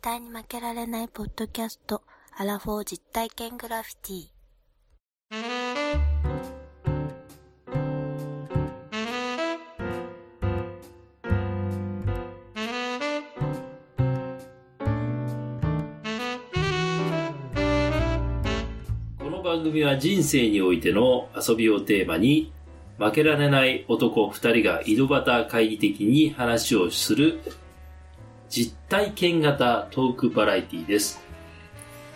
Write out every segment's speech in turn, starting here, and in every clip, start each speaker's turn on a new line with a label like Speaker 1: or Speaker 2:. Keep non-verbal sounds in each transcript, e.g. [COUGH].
Speaker 1: 対に負けられないポッドキャスト、アラフォー実体験グラフィティ。
Speaker 2: この番組は人生においての遊びをテーマに、負けられない男2人が井戸端会議的に話をする実体験型トークバラエティです。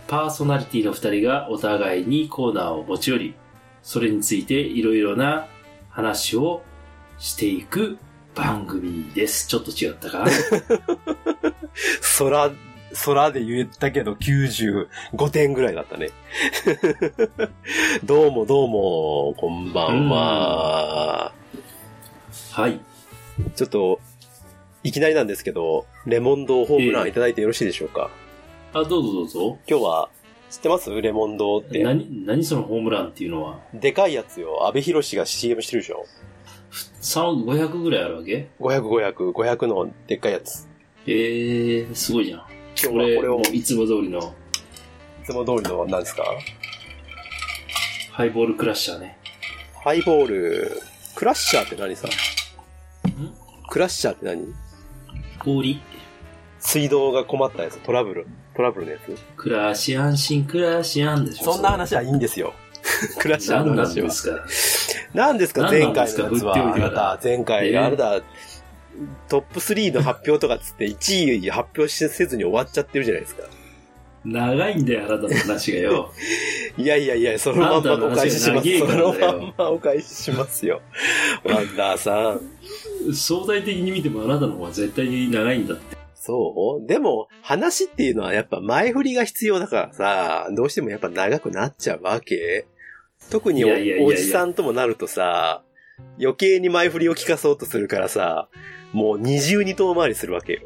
Speaker 2: パーソナリティの2人がお互いにコーナーを持ち寄り、それについていろいろな話をしていく番組です。ちょっと違ったか
Speaker 3: 空、空で言ったけど95点ぐらいだったね。 [LAUGHS] どうもどうも、こんばんは。
Speaker 2: はい。
Speaker 3: ちょっと、いきなりなんですけど、レモンドホームランいただいてよろしいでしょうか、
Speaker 2: あ、どうぞどうぞ。
Speaker 3: 今日は、知ってますレモンドって。
Speaker 2: 何、何そのホームランっていうのは
Speaker 3: でかいやつよ。安倍博士が CM してるでしょ
Speaker 2: ?3、500ぐらいあるわけ
Speaker 3: ?500、500、500のでっかいやつ。
Speaker 2: えー、すごいじゃん。
Speaker 3: 今日
Speaker 2: これ、
Speaker 3: はこれを
Speaker 2: もういつも通りの
Speaker 3: いつも通りの何ですか
Speaker 2: ハイボールクラッシャーね。
Speaker 3: ハイボール、クラッシャーって何さ
Speaker 2: ん
Speaker 3: クラッシャーって何
Speaker 2: 氷。
Speaker 3: 水道が困ったやつ、トラブル、トラブルのやつ。
Speaker 2: クラシアンシン、クラシアンでしょ。
Speaker 3: そんな話はいいん [LAUGHS] ですよ。クラッシャー
Speaker 2: 何
Speaker 3: の
Speaker 2: なん
Speaker 3: 話は
Speaker 2: で。すか
Speaker 3: 何ですか、
Speaker 2: 何な
Speaker 3: 前
Speaker 2: んで
Speaker 3: 回
Speaker 2: すか
Speaker 3: のやつ
Speaker 2: 振っておい
Speaker 3: は。あ
Speaker 2: て
Speaker 3: な
Speaker 2: くだ
Speaker 3: た、前
Speaker 2: え
Speaker 3: 回、
Speaker 2: ー
Speaker 3: あなた、トップ3の発表とかっつって1位発表せずに終わっちゃってるじゃないですか。
Speaker 2: 長いんだよ、あなたの話がよ。
Speaker 3: いやいやいや、そのまんまお返しし
Speaker 2: あんたの話が
Speaker 3: ま
Speaker 2: 長
Speaker 3: す。
Speaker 2: い
Speaker 3: そ
Speaker 2: からだよ
Speaker 3: のまんまお返ししますよ。ワンダーさん。
Speaker 2: 相対的に見てもあなたの方が絶対に長いんだって。
Speaker 3: そうでも、話っていうのはやっぱ前振りが必要だからさ、どうしてもやっぱ長くなっちゃうわけ。特にお
Speaker 2: いやいやいやいや
Speaker 3: おじさんともなるとさ、余計に前振りを聞かそうとするからさ、もう二重に遠回りするわけよ。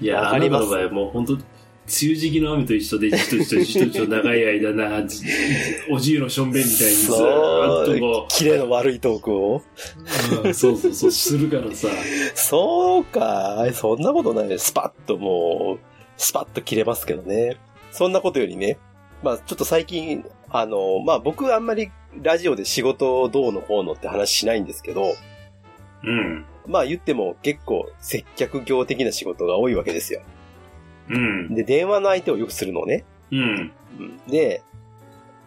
Speaker 2: いや、
Speaker 3: わ
Speaker 2: あ
Speaker 3: か
Speaker 2: なた
Speaker 3: りま
Speaker 2: の
Speaker 3: す
Speaker 2: 場合はもう本当梅雨時期の雨と一緒で、じとじとじとじと長い間な、じおじいのしょんべんみたいにずーっとこ
Speaker 3: キレの悪いトークを。
Speaker 2: う、うんそうそうそう、するからさ。
Speaker 3: そうか、そんなことないです。スパッともう、スパッと切れますけどね。そんなことよりね、まあちょっと最近、あの、まあ僕あんまりラジオで仕事どうのこうのって話しないんですけど、
Speaker 2: うん。
Speaker 3: まあ言っても結構接客業的な仕事が多いわけですよ。
Speaker 2: うん。
Speaker 3: で、電話の相手をよくするのね。
Speaker 2: うん。
Speaker 3: で、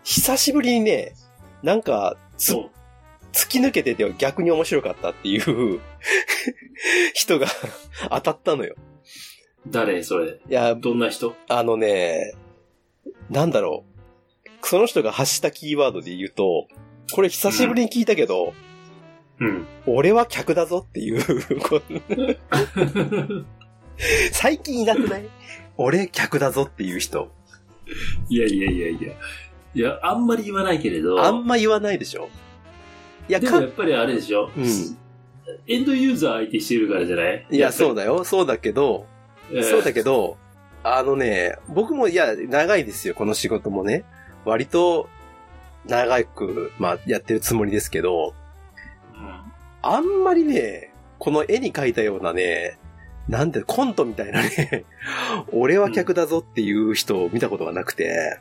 Speaker 3: 久しぶりにね、なんか、つ
Speaker 2: そう。
Speaker 3: 突き抜けてて逆に面白かったっていう [LAUGHS] 人が当たったのよ。
Speaker 2: 誰それ。
Speaker 3: いや、
Speaker 2: どんな人
Speaker 3: あのね、なんだろう。その人が発したキーワードで言うと、これ久しぶりに聞いたけど、
Speaker 2: うん。
Speaker 3: 俺は客だぞっていう、こう最近いなくない俺客だぞっていう人。
Speaker 2: いやいやいやいや。いや、あんまり言わないけれど。
Speaker 3: あんま言わないでしょいや、
Speaker 2: でも
Speaker 3: か
Speaker 2: やっ、ぱりあれでしょ、
Speaker 3: うん
Speaker 2: エンドユーザー相手してるからじゃない
Speaker 3: いや、そう
Speaker 2: だ、
Speaker 3: だよ。そうだけど、
Speaker 2: えー
Speaker 3: そうだけど、あのね、僕も、いや、長いですよ、この仕事もね。割と、長く、まあ、やってるつもりですけど、
Speaker 2: うん
Speaker 3: あんまりね、この絵に描いたようなね、なんて、コントみたいなね、 [LAUGHS] 俺は客だぞっていう人を見たことがなくて、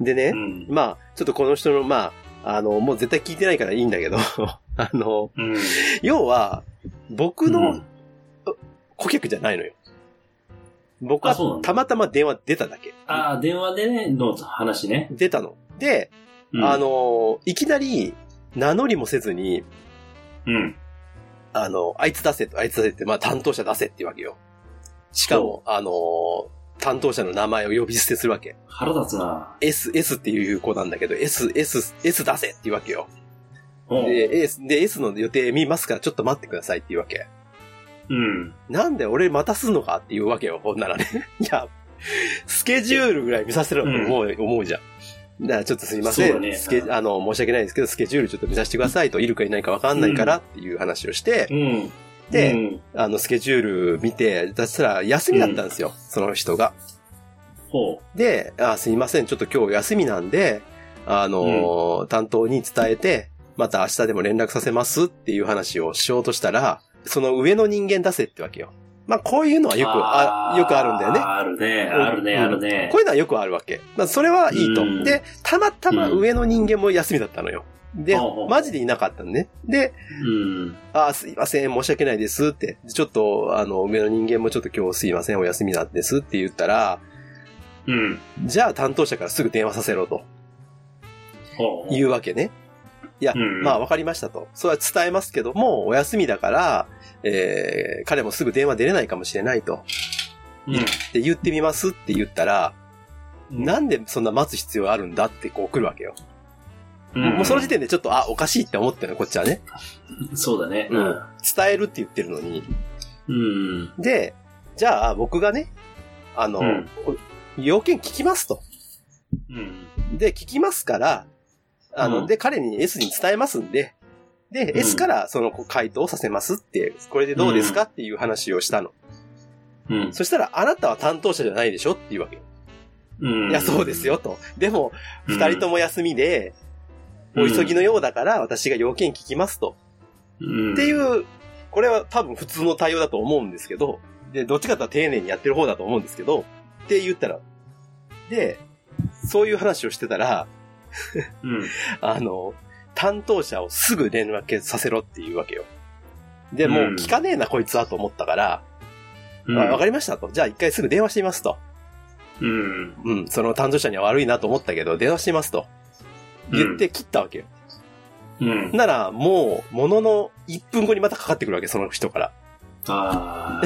Speaker 3: でね、
Speaker 2: うん。
Speaker 3: まあ、ちょっとこの人の、まあ、あの、もう絶対聞いてないからいいんだけど、 [LAUGHS] あの、
Speaker 2: うん。
Speaker 3: 要は、僕
Speaker 2: う
Speaker 3: の
Speaker 2: ん
Speaker 3: 顧客じゃないのよ。僕
Speaker 2: あそうな
Speaker 3: は
Speaker 2: んだ
Speaker 3: たまたま電話出ただけ。
Speaker 2: ああ、電話でね、の話ね。
Speaker 3: 出たの。で、
Speaker 2: うん
Speaker 3: あ、の、いきなり名乗りもせずに、
Speaker 2: うん。
Speaker 3: あの、あいつ出せと、あいつ出せって、まあ担当者出せってわけよ。しかも、あの、担当者の名前を呼び捨てするわけ。
Speaker 2: 腹立つな。
Speaker 3: S、S っていう子なんだけど、S、S、S 出せっていうわけよ。
Speaker 2: おう
Speaker 3: で、S、で、S の予定見ますからちょっと待ってくださいっていうわけ。
Speaker 2: うん。
Speaker 3: なんで俺またすんのかっていうわけよ、ほんならね。 [LAUGHS] いや、スケジュールぐらい見させろと思う、思うじゃん。だからちょっとすいませ、
Speaker 2: そうんだね
Speaker 3: スケあの、申し訳ないですけど、スケジュールちょっと見させてくださいと、いるかいないかわかんないからっていう話をして、
Speaker 2: うん。
Speaker 3: で
Speaker 2: うん、
Speaker 3: あの、スケジュール見て、だしたら休みだったんですよ、その人が。
Speaker 2: ほ
Speaker 3: で、あすいません、ちょっと今日休みなんで、あのー担当に伝えて、また明日でも連絡させますっていう話をしようとしたら、その上の人間出せってわけよ。まあ、こういうのはよく、あ
Speaker 4: ー
Speaker 3: よくあるんだよね。
Speaker 4: あるね、
Speaker 3: うん
Speaker 4: あるね、ある
Speaker 3: うん
Speaker 4: ね
Speaker 3: こ。ういうのはよくあるわけ。まあ、それはいいと。
Speaker 4: うん
Speaker 3: で、たまたま上の人間も休みだったのよ。で
Speaker 4: ほうほ、う
Speaker 3: マジでいなかったのね。で、
Speaker 4: うん。
Speaker 3: あーすいません、申し訳ないですって。ちょっと、あの、上の人間もちょっと今日すいません、お休みなんですって言ったら、
Speaker 4: うん。
Speaker 3: じゃあ担当者からすぐ電話させろと
Speaker 4: ほう
Speaker 3: いうわけね。いや、
Speaker 4: うん
Speaker 3: まあわかりましたと。それは伝えますけども、お休みだから、えー、彼もすぐ電話出れないかもしれないと。
Speaker 4: う
Speaker 3: で、言ってみますって言ったら、
Speaker 4: ん。
Speaker 3: なんでそんな待つ必要あるんだってこう来るわけよ。
Speaker 4: うん、
Speaker 3: もうその時
Speaker 4: 点
Speaker 3: 点でちょっと、あ、おかしいって思ってるの、こっちはね。
Speaker 4: そうだね。
Speaker 3: うん伝えるって言ってるのに。
Speaker 4: うん。
Speaker 3: で、じゃあ僕がね、あの、
Speaker 4: うん
Speaker 3: 要件聞きますと。
Speaker 4: うん。
Speaker 3: で、聞きますから、あの、
Speaker 4: うん
Speaker 3: で、彼に S に伝えますんで、で、
Speaker 4: うん
Speaker 3: S からその回答をさせますって、これでどうですかっていう話をしたの。
Speaker 4: うん。
Speaker 3: そしたら、あなたは担当者じゃないでしょっていうわけ。
Speaker 4: うん。
Speaker 3: いや、そうですよ、と。でも、
Speaker 4: うん。
Speaker 3: 二人とも休みで、
Speaker 4: うん
Speaker 3: お急ぎのようだから、私が要件聞きますと。
Speaker 4: うん。
Speaker 3: っていう、これは多分普通の対応だと思うんですけど、で、どっちかというと丁寧にやってる方だと思うんですけど、って言ったら、で、そういう話をしてたら、
Speaker 4: うん。
Speaker 3: あの、担当者をすぐ連絡させろっていうわけよ。で、もう
Speaker 4: うん
Speaker 3: 聞かねえな、こいつはと思ったから、
Speaker 4: うん。
Speaker 3: あわかりましたと。じゃあ一回すぐ電話してみますと。
Speaker 4: うん。
Speaker 3: うん、その担当者には悪いなと思ったけど、電話してみますと。言って切ったわけよ。
Speaker 4: うん。
Speaker 3: なら、もう、ものの1分後にまたかかってくるわけ、その人から。
Speaker 4: あ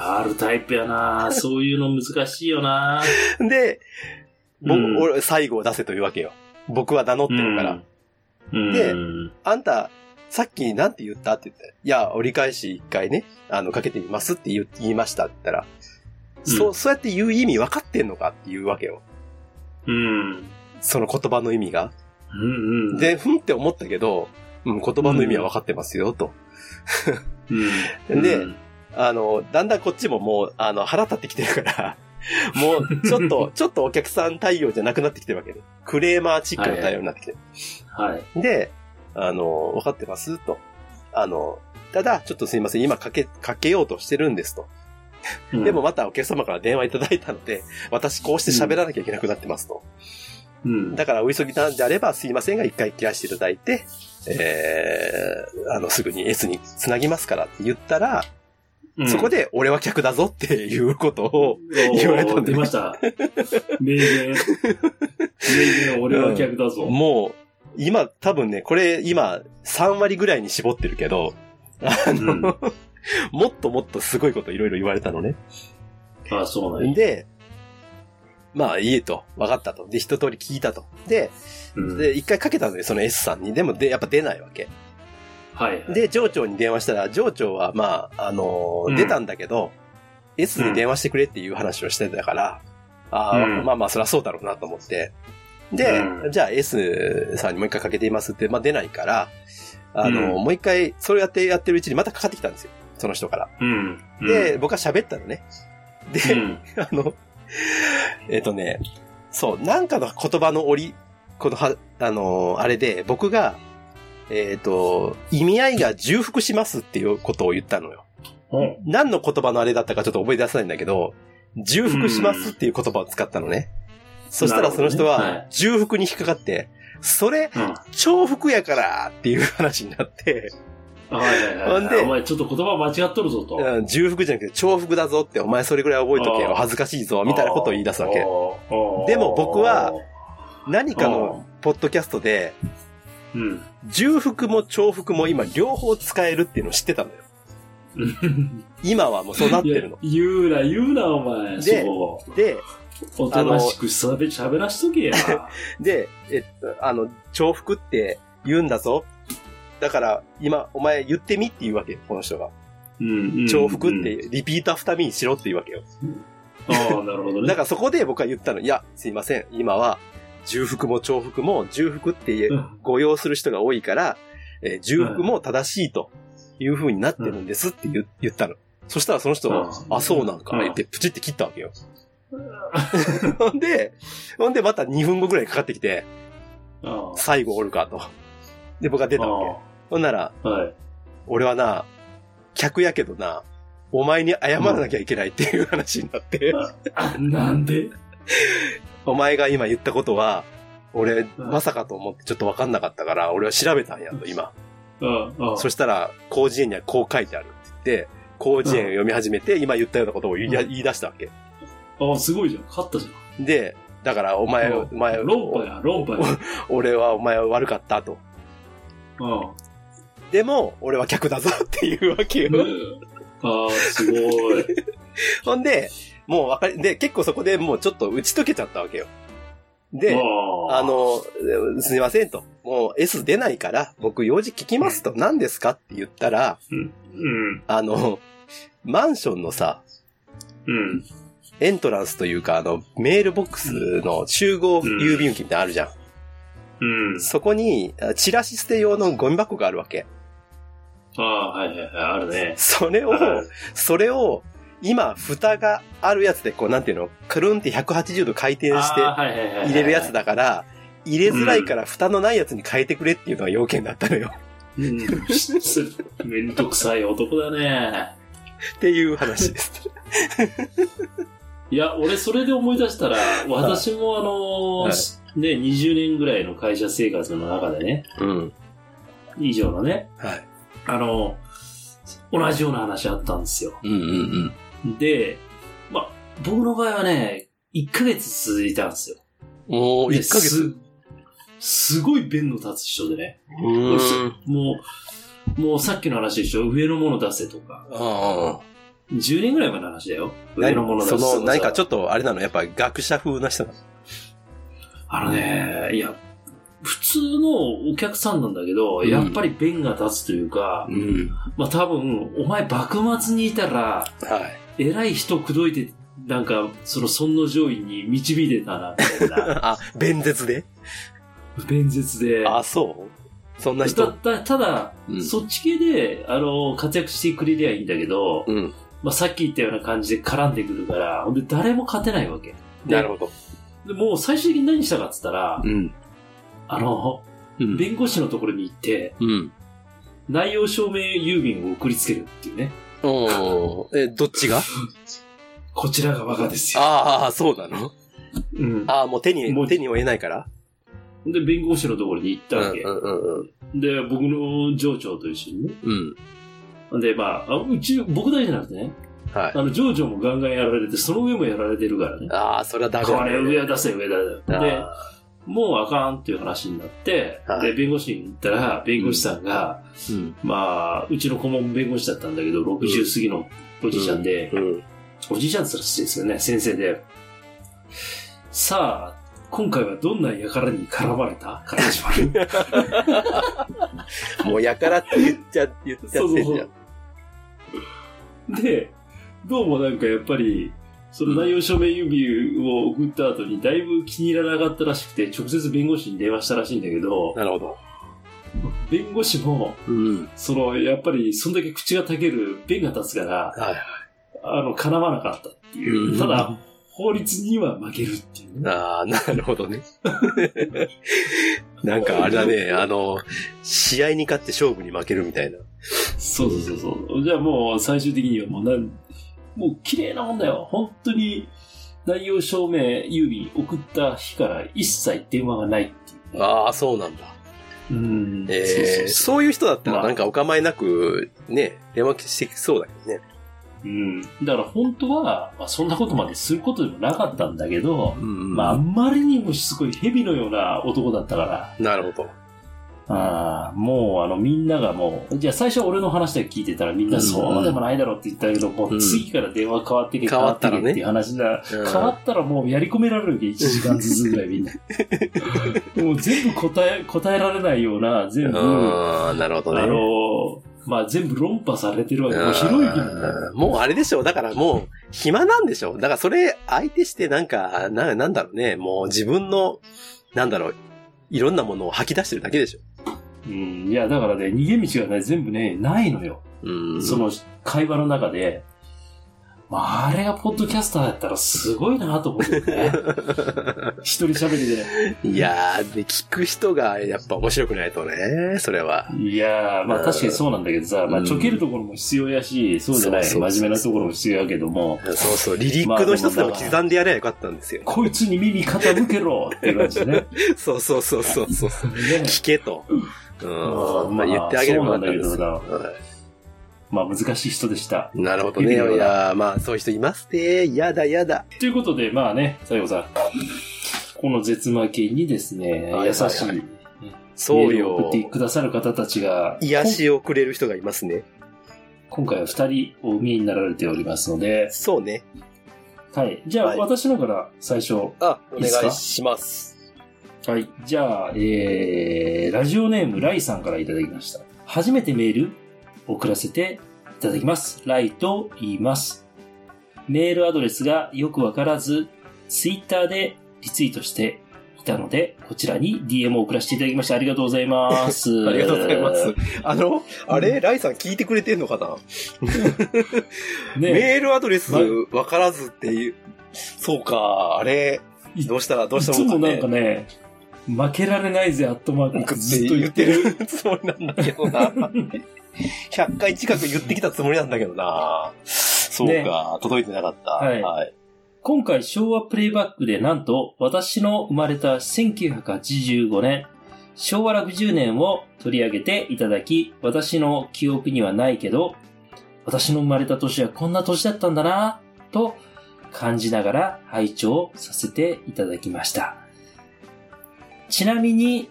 Speaker 4: あ、あるタイプや
Speaker 3: [LAUGHS]
Speaker 4: な。そういうの難しいよな。
Speaker 3: で、僕、
Speaker 4: うん
Speaker 3: 俺、最後を出せというわけよ。僕は名乗ってるから。
Speaker 4: うん。
Speaker 3: で
Speaker 4: うん
Speaker 3: あんた、さっきなんて言ったって言ったら、いや、折り返し一回ね、あの、かけてみますって言う言いましたって言ったら、そうう、そうやって言う意味分かってんのかっていうわけよ。
Speaker 4: うん。
Speaker 3: その言葉の意味が。
Speaker 4: うんうん。、
Speaker 3: で、ふんって思ったけど、うん、言葉の意味は分かってますよ、と。
Speaker 4: うん。
Speaker 3: で
Speaker 4: うん
Speaker 3: あの、だんだんこっちももう、あの、腹立ってきてるから、 [LAUGHS] もう、ちょ
Speaker 4: [LAUGHS]
Speaker 3: っと、ちょっとお客さん対応じゃなくなってきてるわけで。クレーマーチックな対応になってきてる。
Speaker 4: はい。
Speaker 3: で、あの、分かってますと。あの、ただ、ちょっとすいません、今かけ、かけようとしてるんですと。
Speaker 4: うん
Speaker 3: でも、またお客様から電話いただいた
Speaker 4: [LAUGHS]
Speaker 3: ので、私こうして喋らなきゃいけなくなってますと。
Speaker 4: うん。
Speaker 3: だからお急ぎなんであればすいませんが一回切らしていただいて、えー、あの、すぐに S につなぎますからって言ったら、
Speaker 4: うん
Speaker 3: そこ、で俺は客だぞっていうことを、言
Speaker 4: 言
Speaker 3: われたんで
Speaker 4: 出ました。名言。名言、俺は客だぞ。
Speaker 3: もう、今、多分ね、これ今、3割ぐらいに絞ってるけど、あの、
Speaker 4: うん
Speaker 3: [LAUGHS] もっともっとすごいこといろいろ言われたのね。
Speaker 4: ああ、そうなんや。
Speaker 3: で、まあ、いいえと、分かったと。で、一通り聞いたと。で、
Speaker 4: うん
Speaker 3: で、一回かけたので、その S さんに。でも、で、やっぱ出ないわけ。
Speaker 4: はい。
Speaker 3: で、上長に電話したら、上長は、まあ、あのー
Speaker 4: うん
Speaker 3: 出たんだけど、S に電話してくれっていう話をしてたから、ああ、
Speaker 4: うん
Speaker 3: まあまあ、そりゃそうだろうなと思って。で、
Speaker 4: うん
Speaker 3: じゃあ S さんにもう一回かけていますって、まあ出ないから、あのー
Speaker 4: うん
Speaker 3: もう一回、それやってやってるうちにまたかかってきたんですよ。その人から。
Speaker 4: うん。
Speaker 3: で、僕は喋ったのね。
Speaker 4: う
Speaker 3: で、
Speaker 4: ん、
Speaker 3: [LAUGHS] あの、えっ、とね、そう、なんかの言葉の折り、このは、あのーあれで、僕が、えっ、と、意味合いが重複しますっていうことを言ったのよ。
Speaker 4: うん。
Speaker 3: 何の言葉のあれだったかちょっと覚え出せないんだけど、重複しますっていう言葉を使ったのね。そしたらその人
Speaker 4: なるほどねは、
Speaker 3: はい重複に引っかかって、それ、
Speaker 4: うん。
Speaker 3: 重複やからっていう話になって、
Speaker 4: はいはいはい。
Speaker 3: ほんで
Speaker 4: お前ちょっと言葉間違っとるぞと。
Speaker 3: うん重複じゃなくて重複だぞって、お前それぐらい覚えとけ
Speaker 4: あー
Speaker 3: よ、恥ずかしいぞ、みたいなことを言い出すわけ
Speaker 4: あ。ー
Speaker 3: でも僕は、
Speaker 4: あ
Speaker 3: 何かの
Speaker 4: ー
Speaker 3: ポッドキャストで、
Speaker 4: うん。
Speaker 3: 重複も重複も今両方使えるっていうのを知ってたんだよ。今はもうそうなってるの。
Speaker 4: いや言うな、言うな、お前。
Speaker 3: で
Speaker 4: そ
Speaker 3: で、
Speaker 4: う。おとなしくしゃべ、しゃべらしとけや。
Speaker 3: で、えっと、あの、重複って言うんだぞ。だから、今、お前言ってみって言うわけよ、この人が。
Speaker 4: うんうん
Speaker 3: 重複っ。て、リピートアフターミーしろって言うわけよ。
Speaker 4: ああ、なるほどね。
Speaker 3: だからそこで僕は言ったの、いや、すいません、今は、重複も重複も、重複って言え
Speaker 4: うん
Speaker 3: ご用する人が多いから、えー重複も正しいという風になってるんですって言,、言ったの。そしたらその人が、
Speaker 4: うん
Speaker 3: あ、そうなんか、
Speaker 4: うん
Speaker 3: ってプチって切ったわけよ。ほんで、ほんでまた2分後ぐらいにかかってきて、
Speaker 4: ああ
Speaker 3: 最後おるかと。 [LAUGHS] で、僕が出たわけ。ほんなら、
Speaker 4: ああはい。
Speaker 3: 俺はな、客やけどな、お前に謝らなきゃいけないっていう話になって、
Speaker 2: あ、なんで
Speaker 3: お前が今言ったことは、俺、まさかと思ってちょっとわかんなかったから、俺は調べたんやと、今。
Speaker 2: うん、うん。
Speaker 3: そしたら、広辞苑にはこう書いてあるって言って、広辞苑を読み始めて、今言ったようなことを言いや
Speaker 2: うん
Speaker 3: 言い出したわけ。
Speaker 2: あ、すごいじゃん。勝ったじゃ
Speaker 3: で、だから、お前、
Speaker 2: うん
Speaker 3: お前、
Speaker 2: ん。論破や、論破や。
Speaker 3: 俺はお前は悪かったと。
Speaker 2: うん。
Speaker 3: でも、俺は客だぞっていうわけよ。
Speaker 2: ああ、すごい。
Speaker 3: ほんで、もうわかり、で、結構そこでもうちょっと打ち解けちゃったわけよ。 [LAUGHS] で、
Speaker 2: あ
Speaker 3: あ、の、すみませんと。もう S 出ないから、僕用事聞きますと。何ですかって言ったら、
Speaker 2: うん、
Speaker 3: あの、マンションのさ、
Speaker 2: うん、
Speaker 3: エントランスというか、あの、メールボックスの集合郵便受けみたいなのあるじゃん。
Speaker 2: うん。
Speaker 3: そこに、あチラシ捨て用のゴミ箱があるわけ。
Speaker 2: ああ、はいはいはい、あるね。
Speaker 3: それを、それを、今、蓋があるやつで、こう、なんていうの、くるんって180度回転して
Speaker 2: あーはいはいはいはい
Speaker 3: 入れるやつだから、入れづらいから蓋のないやつに変えてくれっていうのが要件だった [LAUGHS] のよ。
Speaker 2: うん。めんどくさい男だね。
Speaker 3: っていう話です。
Speaker 2: いや、俺それで思い出したら、私もあの
Speaker 3: はい
Speaker 2: ーね、20年ぐらいの会社生活の中でね、
Speaker 3: うん。
Speaker 2: 以上のね、
Speaker 3: はい。
Speaker 2: あのー同じような話あったんですよ。
Speaker 3: うんうん
Speaker 2: で、まあ、僕の場合はね、1ヶ月続いたんですよ。
Speaker 3: うん。もう、
Speaker 2: で
Speaker 3: 1ヶ月。
Speaker 2: すすごい弁の立つ人でね。
Speaker 3: うーん。
Speaker 2: もう、もうさっきの話でしょ上のもの出せとか。
Speaker 3: ああ。
Speaker 2: 10年ぐらい前の話だよ。上のもの
Speaker 3: 何
Speaker 2: 出せと
Speaker 3: そ
Speaker 2: かさ。
Speaker 3: の、何かちょっと、あれなの、やっぱ学者風な人なの。
Speaker 2: あのね、いや、普通のお客さんなんだけど、
Speaker 3: うん
Speaker 2: やっぱり弁が立つというか、
Speaker 3: ん。
Speaker 2: まあ多分、お前幕末にいたら、
Speaker 3: はい。
Speaker 2: 偉い人口説いて、なんか、その尊の上位に導いてたな、みたい
Speaker 3: [LAUGHS]
Speaker 2: な。
Speaker 3: あ、弁舌で
Speaker 2: 弁舌で。
Speaker 3: あ、そうそんな
Speaker 2: た
Speaker 3: 人。
Speaker 2: たただ、
Speaker 3: うん
Speaker 2: そっち系で、あの、活躍してくれりゃいいんだけど、
Speaker 3: うん。
Speaker 2: まあさっき言ったような感じで絡んでくるから、ほんで誰も勝てないわけ。で
Speaker 3: なるほど。
Speaker 2: でもう最終的に何したかっつったら、
Speaker 3: うん。
Speaker 2: あの、
Speaker 3: うん。
Speaker 2: 弁護士のところに行って、
Speaker 3: うん。
Speaker 2: 内容証明郵便を送りつけるっていうね。
Speaker 3: おーえ、どっちが
Speaker 2: こちらが我がですよ。
Speaker 3: ああ、そうなの
Speaker 2: うん。
Speaker 3: ああ、もう手に
Speaker 2: もう
Speaker 3: 手に負えないから
Speaker 2: で、弁護士のところに行ったわけ。
Speaker 3: うんうんうん
Speaker 2: で、僕の上長と一緒にね。
Speaker 3: うん。
Speaker 2: で、まあ、あうち、僕だけじゃなくてね、
Speaker 3: うん。はい。
Speaker 2: あの、上長もガンガンやられて、その上もやられてるからね。
Speaker 3: ああ、それはダメ
Speaker 2: こ
Speaker 3: だ
Speaker 2: れ
Speaker 3: ね。
Speaker 2: 上は出せ、上だで、
Speaker 3: あ
Speaker 2: もうあかんっていう話になって、
Speaker 3: はい
Speaker 2: で、弁護士に行ったら、弁護士さんが、
Speaker 3: ーうん。
Speaker 2: まあ、うちの顧問弁護士だったんだけど、60過ぎのおじいちゃんで、
Speaker 3: うん。
Speaker 2: おじいちゃんって言ったら失礼ですよね、先生で。さあ、今回はどんな輩に絡まれたから始まる。
Speaker 3: もうやからって言っち [LAUGHS] ゃ、言っちゃってんじゃん。
Speaker 2: で、どうもなんかやっぱり、その内容証明郵便を送った後にだいぶ気に入らなかったらしくて、直接弁護士に電話したらしいんだけど、
Speaker 3: なるほど。
Speaker 2: 弁護士も、
Speaker 3: うん。
Speaker 2: その、やっぱり、そんだけ口がたける弁が立つから、
Speaker 3: はい。
Speaker 2: あの、絡まなかったっていう。
Speaker 3: うん
Speaker 2: ただ、法律には負けるっていうね。
Speaker 3: ああ、なるほどね。 [LAUGHS] なんかあれだね、あの、試合に勝って勝負に負けるみたいな。
Speaker 2: そうそうそうそう。じゃあもう、最終的にはもうなん、もう綺麗なもんだよ。本当に、内容証明郵便送った日から一切電話がないっていうね、
Speaker 3: ああ、そうなんだ。
Speaker 2: うん。
Speaker 3: えー
Speaker 2: そう
Speaker 3: そう
Speaker 2: そうそう
Speaker 3: いう人だったら
Speaker 2: まあ
Speaker 3: なんかお構いなく、ね、電話してきそうだけどね。
Speaker 2: うん。だから本当は、まあ、そんなことまですることでもなかったんだけど、
Speaker 3: うん
Speaker 2: まあ、あまりにもしつこい蛇のような男だったから、
Speaker 3: なるほど。
Speaker 2: ああ、もうあのみんながもう、じゃあ最初は俺の話だけ聞いてたらみんなそうでもないだろうって言ったけど、もう次から電話変わってけ、
Speaker 3: 変わったら
Speaker 2: け
Speaker 3: ね
Speaker 2: っていう話だ。
Speaker 3: うん
Speaker 2: 変わったらもうやり込められるわけ、1時間ずつぐらいみん
Speaker 3: [LAUGHS]
Speaker 2: な。もう全部答え、答えられないような、全部、あ
Speaker 3: ああ、なるほどね。
Speaker 2: の、まあ全部論破されてるわけ。もうひろゆきなんだよ。
Speaker 3: うんもうあれでしょだからもう、暇なんでしょだからそれ、相手してなんか、な、なんだろうね。もう自分の、なんだろう、いろんなものを吐き出してるだけでしょ
Speaker 2: うん、いや、だからね、逃げ道がね、全部ね、ないのよ。
Speaker 3: うん。
Speaker 2: その会話の中で、まあ、あれがポッドキャスターだったらすごいなと思うよ
Speaker 3: [LAUGHS]
Speaker 2: ね。一人喋りで。
Speaker 3: いやー、で、聞く人がやっぱ面白くないとね、それは。
Speaker 2: いやー、まあ確かにそうなんだけどさ、まあ
Speaker 3: うん
Speaker 2: ちょけるところも必要やし、そうじゃない、
Speaker 3: そうそうそ
Speaker 2: 真
Speaker 3: う
Speaker 2: 面目なところも必要やけども、
Speaker 3: そうそう、リリックの一つでも刻んでやればよかったんですよ。
Speaker 2: こいつに耳傾けろっていう感じで
Speaker 3: [LAUGHS]
Speaker 2: ね。
Speaker 3: そうそうそうそうそう。
Speaker 2: ね
Speaker 3: 聞けと。うん
Speaker 2: まあ。
Speaker 3: まあ言ってあげればよかったんで
Speaker 2: そう
Speaker 3: す
Speaker 2: なん
Speaker 3: よ
Speaker 2: だ。
Speaker 3: はい
Speaker 2: まあ難しい人でした。
Speaker 3: なるほどね。い
Speaker 2: いるような
Speaker 3: やーまあそういう人いますね。やだやだ。
Speaker 2: ということで、まあね、最後さ、この絶負けにですね
Speaker 3: は、い
Speaker 2: 優しい
Speaker 3: はい
Speaker 2: メ
Speaker 3: そ
Speaker 2: ー
Speaker 3: う
Speaker 2: ルを送
Speaker 3: よ
Speaker 2: っ。てくださる方たちが、
Speaker 3: 癒しをくれる人がいますね。
Speaker 2: こん今回は二人お見えになられておりますので、
Speaker 3: そうね。
Speaker 2: はい。じゃあ、
Speaker 3: はい
Speaker 2: 私のから最初。
Speaker 3: あ、お
Speaker 2: いいっすか
Speaker 3: 願いします。
Speaker 2: はい。じゃあ、えー、ラジオネームライさんからいただきました。初めてメール送らせていただきます。ライと言います。メールアドレスがよくわからず、ツイッターでリツイートしていたので、こちらに DM を送らせていただきました。ありがとうございます。
Speaker 3: [LAUGHS] ありがとうございます。あの、あれライさん聞いてくれてんのかな
Speaker 2: ね、
Speaker 3: メールアドレス
Speaker 2: ま
Speaker 3: わからずっていう。そうか、あれ。
Speaker 2: い
Speaker 3: どうしたら、ど
Speaker 2: いう
Speaker 3: した
Speaker 2: つも
Speaker 3: もん
Speaker 2: な
Speaker 3: か
Speaker 2: ん
Speaker 3: ね
Speaker 2: か。ね、負けられないぜ、アットマークず
Speaker 3: ず
Speaker 2: っ
Speaker 3: っ
Speaker 2: と
Speaker 3: と
Speaker 2: 言
Speaker 3: 言
Speaker 2: っ
Speaker 3: ってて
Speaker 2: る。
Speaker 3: る [LAUGHS] つもりなんだけどな。100回近く言ってきたつもりなんだけどな。そうか、
Speaker 2: ね
Speaker 3: 届いてなかった。
Speaker 2: はい今回昭和プレイバックでなんと私の生まれた1985年、昭和60年を取り上げていただき、私の記憶にはないけど、私の生まれた年はこんな年だったんだなぁと感じながら拝聴させていただきました。ちなみに、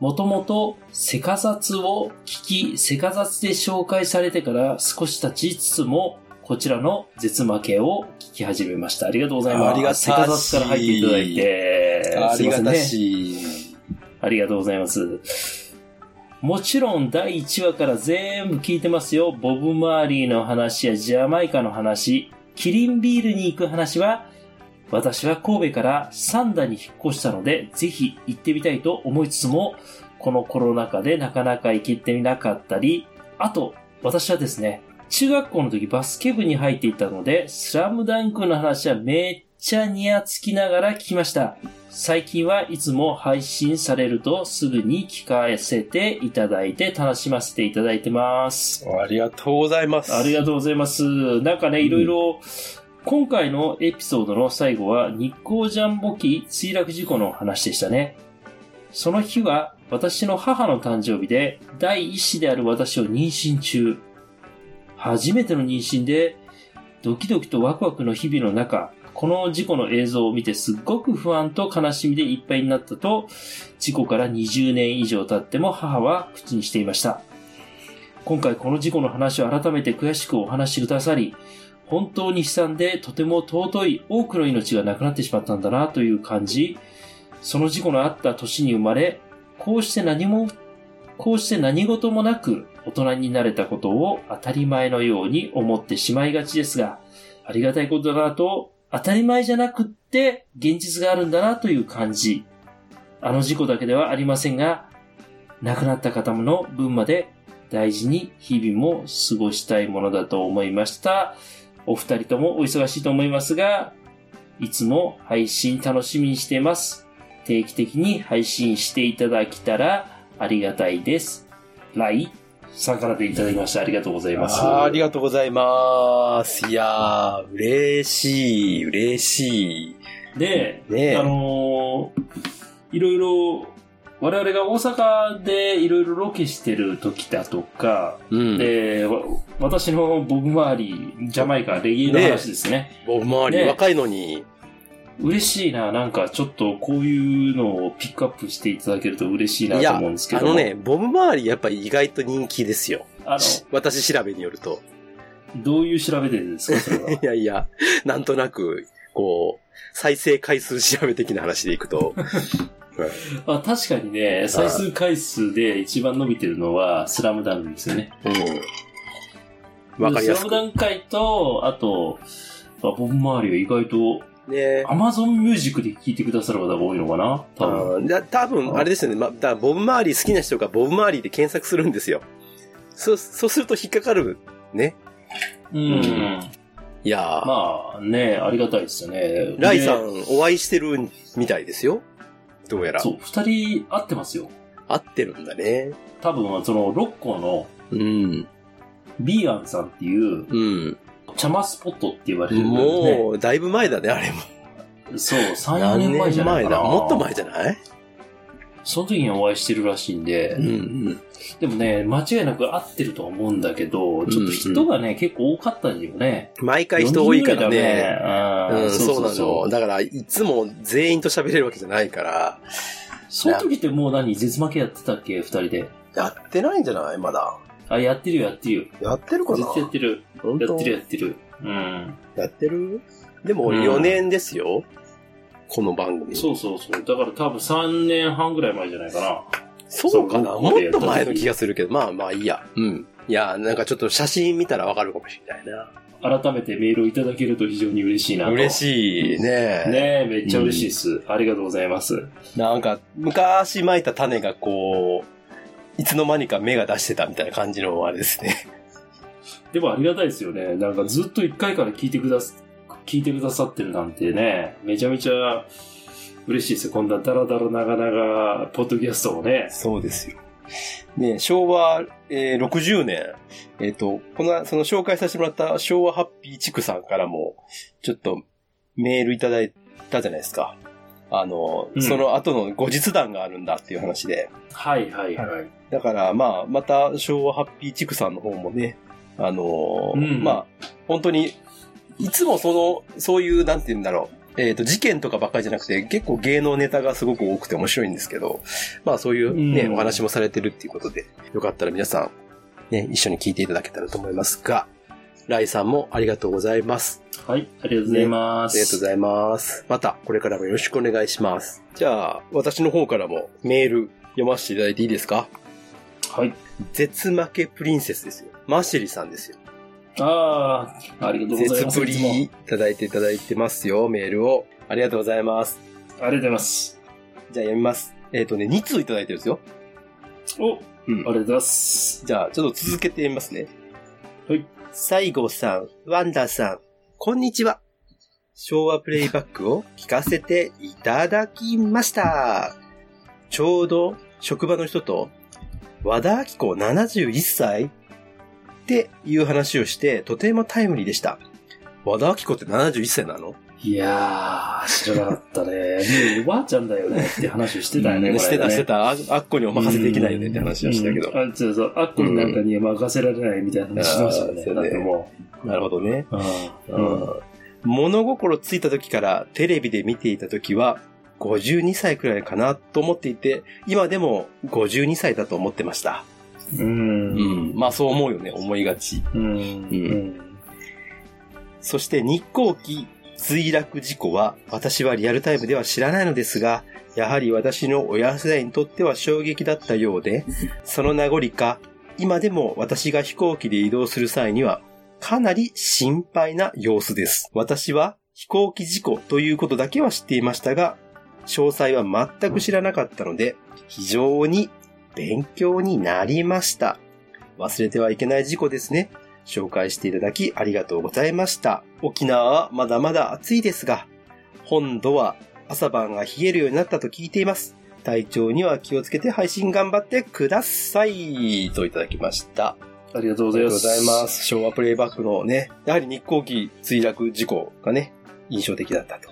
Speaker 2: もともとセカザツを聞き、セカザツで紹介されてから少し経ちつつも、こちらの絶負けを聞き始めました。ありがとうございます。
Speaker 3: ありがたし
Speaker 2: セカザツから入っていただいて。
Speaker 3: ありがた
Speaker 2: すいませんね
Speaker 3: し。
Speaker 2: ありがとうございます。もちろん第1話から全部聞いてますよ。ボブ・マーリーの話やジャマイカの話、キリンビールに行く話は、私は神戸からサンダに引っ越したので、ぜひ行ってみたいと思いつつも、このコロナ禍でなかなか行けてなかったり、あと、私はですね、中学校の時バスケ部に入っていたので、スラムダンクの話はめっちゃニヤつきながら聞きました。最近はいつも配信されるとすぐに聞かせていただいて楽しませていただいてます。
Speaker 3: ありがとうございます。
Speaker 2: ありがとうございます。なんかね、
Speaker 3: うん
Speaker 2: いろいろ、今回のエピソードの最後は日光ジャンボ機墜落事故の話でしたね。その日は私の母の誕生日で第一子である私を妊娠中。初めての妊娠でドキドキとワクワクの日々の中、この事故の映像を見てすっごく不安と悲しみでいっぱいになったと、事故から20年以上経っても母は口にしていました。今回この事故の話を改めて悔しくお話しくださり、本当に悲惨でとても尊い多くの命がなくなってしまったんだなという感じ、その事故のあった年に生まれ、こうして何も、こうして何事もなく大人になれたことを当たり前のように思ってしまいがちですが、ありがたいことだなと、当たり前じゃなくって現実があるんだなという感じ。あの事故だけではありませんが、亡くなった方の分まで大事に日々も過ごしたいものだと思いました。お二人ともお忙しいと思いますが、いつも配信楽しみにしています。定期的に配信していただけたらありがたいです。ライさんからでいただきました。ありがとうございます。
Speaker 3: あーありがとうございます。いやー、嬉しい、嬉しい。
Speaker 2: で、
Speaker 3: ねえ
Speaker 2: あのーいろいろ、我々が大阪でいろいろロケしてる時だとか、
Speaker 3: うん。
Speaker 2: で、わ私のボブ周り、ジャマイカ、レゲエの話ですね
Speaker 3: おまわり、
Speaker 2: ね
Speaker 3: 若いのに。
Speaker 2: 嬉しいな、なんかちょっとこういうのをピックアップしていただけると嬉しいないと
Speaker 3: や、あ
Speaker 2: 思うんですけども。
Speaker 3: のね、ボブ周りやっぱ意外と人気ですよ。
Speaker 2: あ
Speaker 3: し私調べによると。
Speaker 2: の、どういう調べでですか、それ
Speaker 3: [LAUGHS]。
Speaker 2: は
Speaker 3: いやいや、なんとなく、こう、再生回数調べ的な話でいくと、
Speaker 2: あ確かにね、再生回数で一番伸びてるのは、スラムダンクですよね。
Speaker 3: うん。わかりやす
Speaker 2: スラムダ
Speaker 3: く。
Speaker 2: ンク界と、あと、まあボブ周りは意外と
Speaker 3: ね
Speaker 2: アマゾンミュージックで聴いてくださる方が多いのかな多分。
Speaker 3: うんだ多分、あれですよね。ま、だからボブ周り好きな人がボブ周りで検索するんですよ。そう、そうすると引っかかる。ね。
Speaker 2: うんん。
Speaker 3: いやー、
Speaker 2: まあね、ありがたいですよね。
Speaker 3: ライさ
Speaker 2: で。
Speaker 3: んお会いしてるみたいですよ。どうやら。
Speaker 2: そう、二人会ってますよ。
Speaker 3: 合ってるんだね。
Speaker 2: 多分、その、六甲の
Speaker 3: うん。
Speaker 2: ビーアンさんっていう、
Speaker 3: うん。
Speaker 2: 茶間スポットって言われてるんだよね。
Speaker 3: もう、だいぶ前だね、あれも。
Speaker 2: そう、3、4年前じゃないかな。
Speaker 3: もっと前じゃない
Speaker 2: その時にお会いしてるらしいんで、
Speaker 3: うん
Speaker 2: でもね、間違いなく合ってるとは思うんだけど、ちょっと人がね、結構多かったんだよね。
Speaker 3: うん。毎回人多いか
Speaker 2: 4
Speaker 3: らね。
Speaker 2: 人ぐらいだね。
Speaker 3: うん、
Speaker 2: そ
Speaker 3: そ
Speaker 2: うそ
Speaker 3: うな
Speaker 2: う
Speaker 3: の。
Speaker 2: そう。
Speaker 3: だから、いつも全員と喋れるわけじゃないから、
Speaker 2: その時ってもう何絶負けやってたっけ二人で。
Speaker 3: やってないんじゃないまだ。
Speaker 2: あ、やってるよ、やってるよ。
Speaker 3: やってるか
Speaker 2: ず
Speaker 3: な
Speaker 2: っとやってる。
Speaker 3: 本
Speaker 2: や
Speaker 3: 当
Speaker 2: ってる、やってる。うん。
Speaker 3: やってるでも、
Speaker 2: うん
Speaker 3: 4年ですよ。この番組。
Speaker 2: そうそうそう。だから多分3年半ぐらい前じゃないかな。
Speaker 3: そうかな
Speaker 2: そう
Speaker 3: もっ
Speaker 2: ここ
Speaker 3: と前
Speaker 2: でやった
Speaker 3: の
Speaker 2: 時
Speaker 3: 気がするけど、まあまあいいや。うん。いや、なんかちょっと写真見たらわかるかもしれないな。
Speaker 2: 改めてメールをいただけると非常に嬉しいなと。
Speaker 3: 嬉しいね。
Speaker 2: ねえ、めっちゃ嬉しいです。ありがとうございます。
Speaker 3: なんか、昔撒いた種がこう、いつの間にか芽が出してたみたいな感じのあれですね。 [LAUGHS]
Speaker 2: でもありがたいですよね。なんかずっと1回から聞いてくだす、聞いてくださってるなんてね、めちゃめちゃ嬉しいですよ。こんなダラダラ長々、ポッドキャストをね。
Speaker 3: そうですよ。ね、昭和、えー60年、えっ、と、この、その紹介させてもらった昭和ハッピー地区さんからも、ちょっとメールいただいたじゃないですか。あの、
Speaker 2: うん
Speaker 3: その後の後日談があるんだっていう話で。
Speaker 2: はいはいはい。
Speaker 3: だから、まあ、また昭和ハッピー地区さんの方もね、あのー
Speaker 2: うん
Speaker 3: まあ、本当に、いつもその、そういう、なんて言うんだろう、えっ、と、事件とかばっかりじゃなくて、結構芸能ネタがすごく多くて面白いんですけど、まあ、そういうね、
Speaker 2: うん
Speaker 3: お話もされてるっていうことで、よかったら皆さん、ね、一緒に聞いていただけたらと思いますが、ライさんもありがとうございます。
Speaker 2: はい、ありがとうございま
Speaker 3: あ
Speaker 2: す。
Speaker 3: りがとうございます。また、これからもよろしくお願いします。じゃあ、私の方からもメール読ませていただいていいですか
Speaker 2: はい。
Speaker 3: 絶負けプリンセスですよ。マシリさんですよ。
Speaker 2: ああ、ありがとうござい
Speaker 3: 絶
Speaker 2: ます。
Speaker 3: プ
Speaker 2: いつも
Speaker 3: リいただいていただいてますよ、メールを。ありがとうございます。
Speaker 2: ありがとうございます。
Speaker 3: じゃあ読みます。えっ、とね、2通いただいてるんですよ。
Speaker 2: お、あ
Speaker 3: う
Speaker 2: り
Speaker 3: ん
Speaker 2: が。とうございます。
Speaker 3: じゃあ、ちょっと続けて読みますね。
Speaker 2: はい。
Speaker 3: 西郷さん、ワンダさん、こんにちは。昭和プレイバックを聞かせていただきました。ちょうど職場の人と、和田明子71歳っていう話をして、とてもタイムリーでした。和田明子って71歳なの
Speaker 2: いやー、知らなかったね。 [LAUGHS] もうおばあちゃんだよねって話をしてたよね、これね
Speaker 3: してたしてた。ああっこにお任せできないよねって話をしたけど
Speaker 2: う。んあ、そうそう。アッコになんかに任せられないみたいな話してましたよね。
Speaker 3: うん
Speaker 2: だっても
Speaker 3: なるほどね。
Speaker 2: う。うん。うん。
Speaker 3: 物心ついた時からテレビで見ていた時は52歳くらいかなと思っていて、今でも52歳だと思ってました。
Speaker 2: うん。
Speaker 3: ん。まあそう思うよね、思いがち。
Speaker 2: うん。
Speaker 3: そして日航機墜落事故は私はリアルタイムでは知らないのですが、やはり私の親世代にとっては衝撃だったようで、その名残か、今でも私が飛行機で移動する際には、かなり心配な様子です。私は飛行機事故ということだけは知っていましたが、詳細は全く知らなかったので、非常に勉強になりました。忘れてはいけない事故ですね。紹介していただきありがとうございました。沖縄はまだまだ暑いですが、本土は朝晩が冷えるようになったと聞いています。体調には気をつけて配信頑張ってください。といただきました。
Speaker 2: ありがとうご
Speaker 3: あ
Speaker 2: ざ
Speaker 3: り
Speaker 2: いま
Speaker 3: がとうご
Speaker 2: す。
Speaker 3: ざいま。す。昭和プレイバックのね、やはり日航機墜落事故がね、印象的だったと。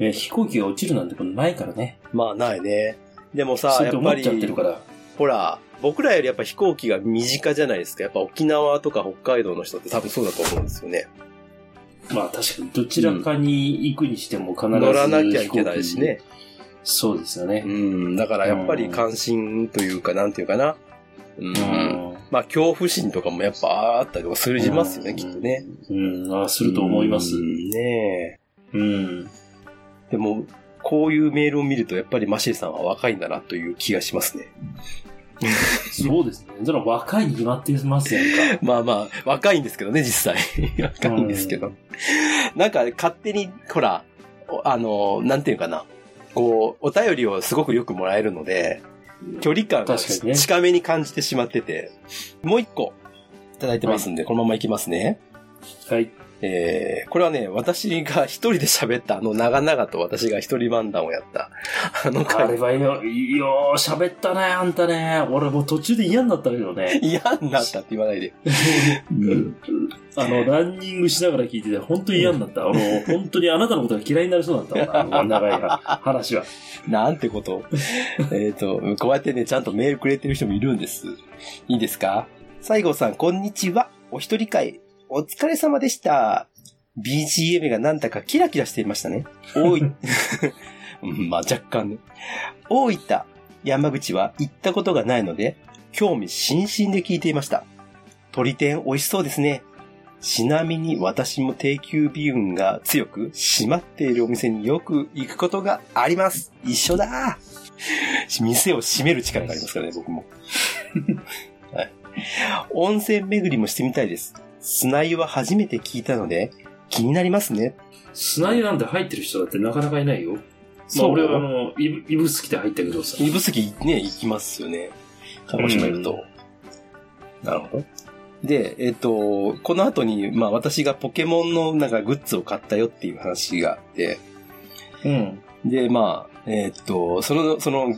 Speaker 2: え、飛行機が落ちるなんてことないからね。
Speaker 3: まあないね。でもさ
Speaker 2: そ、うやっ
Speaker 3: や
Speaker 2: て
Speaker 3: っ
Speaker 2: 思
Speaker 3: ぱ
Speaker 2: っちゃって
Speaker 3: り
Speaker 2: る、から。
Speaker 3: ほら、僕らよりやっぱ飛行機が身近じゃないですか。やっぱ沖縄とか北海道の人って多分そうだと思うんですよね。
Speaker 2: まあ確かに、どちらかに行くにしても必ず、
Speaker 3: 乗らなきゃいけないしね。。
Speaker 2: そうですよ
Speaker 3: う
Speaker 2: ね。
Speaker 3: ん、だからやっぱり関心というか、なんていうかな。うん。まあ、恐怖心とかもやっぱあったりとかするしますよね、
Speaker 2: うん
Speaker 3: きっとね。
Speaker 2: うん。ああ、すると思います
Speaker 3: う。んね
Speaker 2: うん。
Speaker 3: え。でも、こういうメールを見ると、やっぱりマシエさんは若いんだなという気がしますね。
Speaker 2: そうですね。だから若いに決まってますやんか。
Speaker 3: まあまあ、若いんですけど
Speaker 2: [LAUGHS]
Speaker 3: ね、実際。若いんですけど。なんか、勝手に、ほら、おあの、なんていうかな。こう、お便りをすごくよくもらえるので、距離感が
Speaker 2: 確かにね
Speaker 3: 近めに感じてしまってて、もう一個いただいてますんで、このままいきますね。
Speaker 2: はい。
Speaker 3: ええー、これはね、私が一人で喋ったあの長々と私が一人漫談をやった、あの
Speaker 2: あれ
Speaker 3: 回、
Speaker 2: はよ、よう喋ったね、あんたね。俺もう途中で嫌になったけどね。
Speaker 3: [LAUGHS] 嫌になったって言わないで。
Speaker 2: [LAUGHS] うんあの、ランニングしながら聞いてて、本当に嫌になった。あの、本当にあなたのことが嫌いになりそうだったもんあの長い話は。
Speaker 3: [LAUGHS] なんてことをえっと、こうやってね、ちゃんとメールくれてる人もいるんです。いいですか西郷さん、こんにちは。お一人会、お疲れ様でした。BGM がなんだかキラキラしていましたね。大い、 [LAUGHS] うんまあ若干ね。大分、山口は行ったことがないので、興味津々で聞いていました。鳥天美味しそうですね。ちなみに私も定休日運が強く閉まっているお店によく行くことがあります。一緒だ店を閉める力がありますからね、僕も。 [LAUGHS] はい、温泉巡りもしてみたいです。砂湯は初めて聞いたので気になりますね。
Speaker 2: 砂湯なんて入ってる人だってなかなかいないよ。ま
Speaker 3: そ
Speaker 2: あ
Speaker 3: う
Speaker 2: 俺はあの、いぶいぶすきで入ったけどさ。
Speaker 3: 指宿ね、行きますよね。鹿児島いると。なるほど。で、えっ、と、この後に、まあ私がポケモンのなんかグッズを買ったよっていう話があって、
Speaker 2: うん。
Speaker 3: で、まあ、えっ、と、その、その、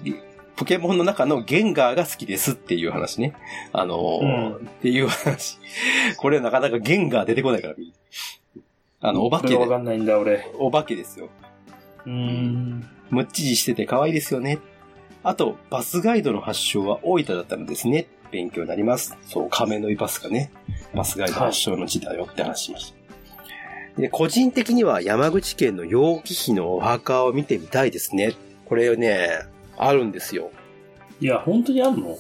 Speaker 3: ポケモンの中のゲンガーが好きですっていう話ね。あの、
Speaker 2: うん
Speaker 3: っていう話。これなかなかゲンガー出てこないから、みんなあの、お化け
Speaker 2: 俺
Speaker 3: で
Speaker 2: わかんないんだ、俺。
Speaker 3: お化けですよ。
Speaker 2: うん。
Speaker 3: むっちりしてて可愛いですよね。あと、バスガイドの発祥は大分だったのですね。勉強になります。そう、亀の井バスがね。バスガイド発祥の地だよって話しました。で、個人的には山口県の楊貴妃のお墓を見てみたいですね。これね、あるんですよ。 [LAUGHS]
Speaker 2: いや、本当にあんの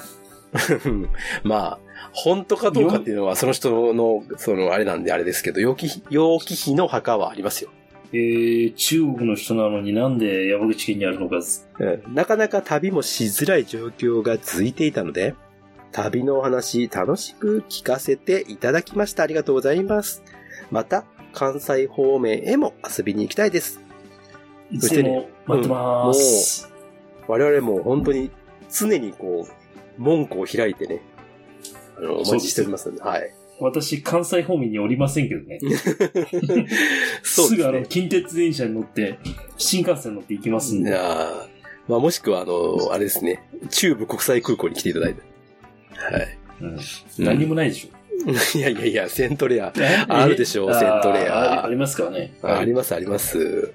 Speaker 3: うんまあ、本当かどうかっていうのは、その人の、その、あれなんであれですけど、楊貴妃楊貴妃の墓はありますよ。
Speaker 2: えー、中国の人なのになんで山口県にあるのか。
Speaker 3: うんなかなか旅もしづらい状況が続いていたので、旅のお話楽しく聞かせていただきました。ありがとうございます。また、関西方面へも遊びに行きたいです。
Speaker 2: い
Speaker 3: そし
Speaker 2: つ
Speaker 3: て
Speaker 2: も
Speaker 3: ね
Speaker 2: 待ってまーす。
Speaker 3: 我々も本当に常にこう、門戸を開いてね、あの、お待ちしておりますので、はい。
Speaker 2: 私、関西方面におりませんけどね。
Speaker 3: [LAUGHS] そうですすね
Speaker 2: ぐあの、近鉄電車に乗って、新幹線に乗って行きますん
Speaker 3: い
Speaker 2: で。
Speaker 3: やーまあ、もしくは、あの、あれですね、中部国際空港に来ていただいて。はい。 [LAUGHS]
Speaker 2: うん何もないでしょ。
Speaker 3: いやいやいや、セントレア。
Speaker 2: え
Speaker 3: [LAUGHS] あるでしょ
Speaker 2: え
Speaker 3: セントレア
Speaker 2: あありますからね。
Speaker 3: あります、あります。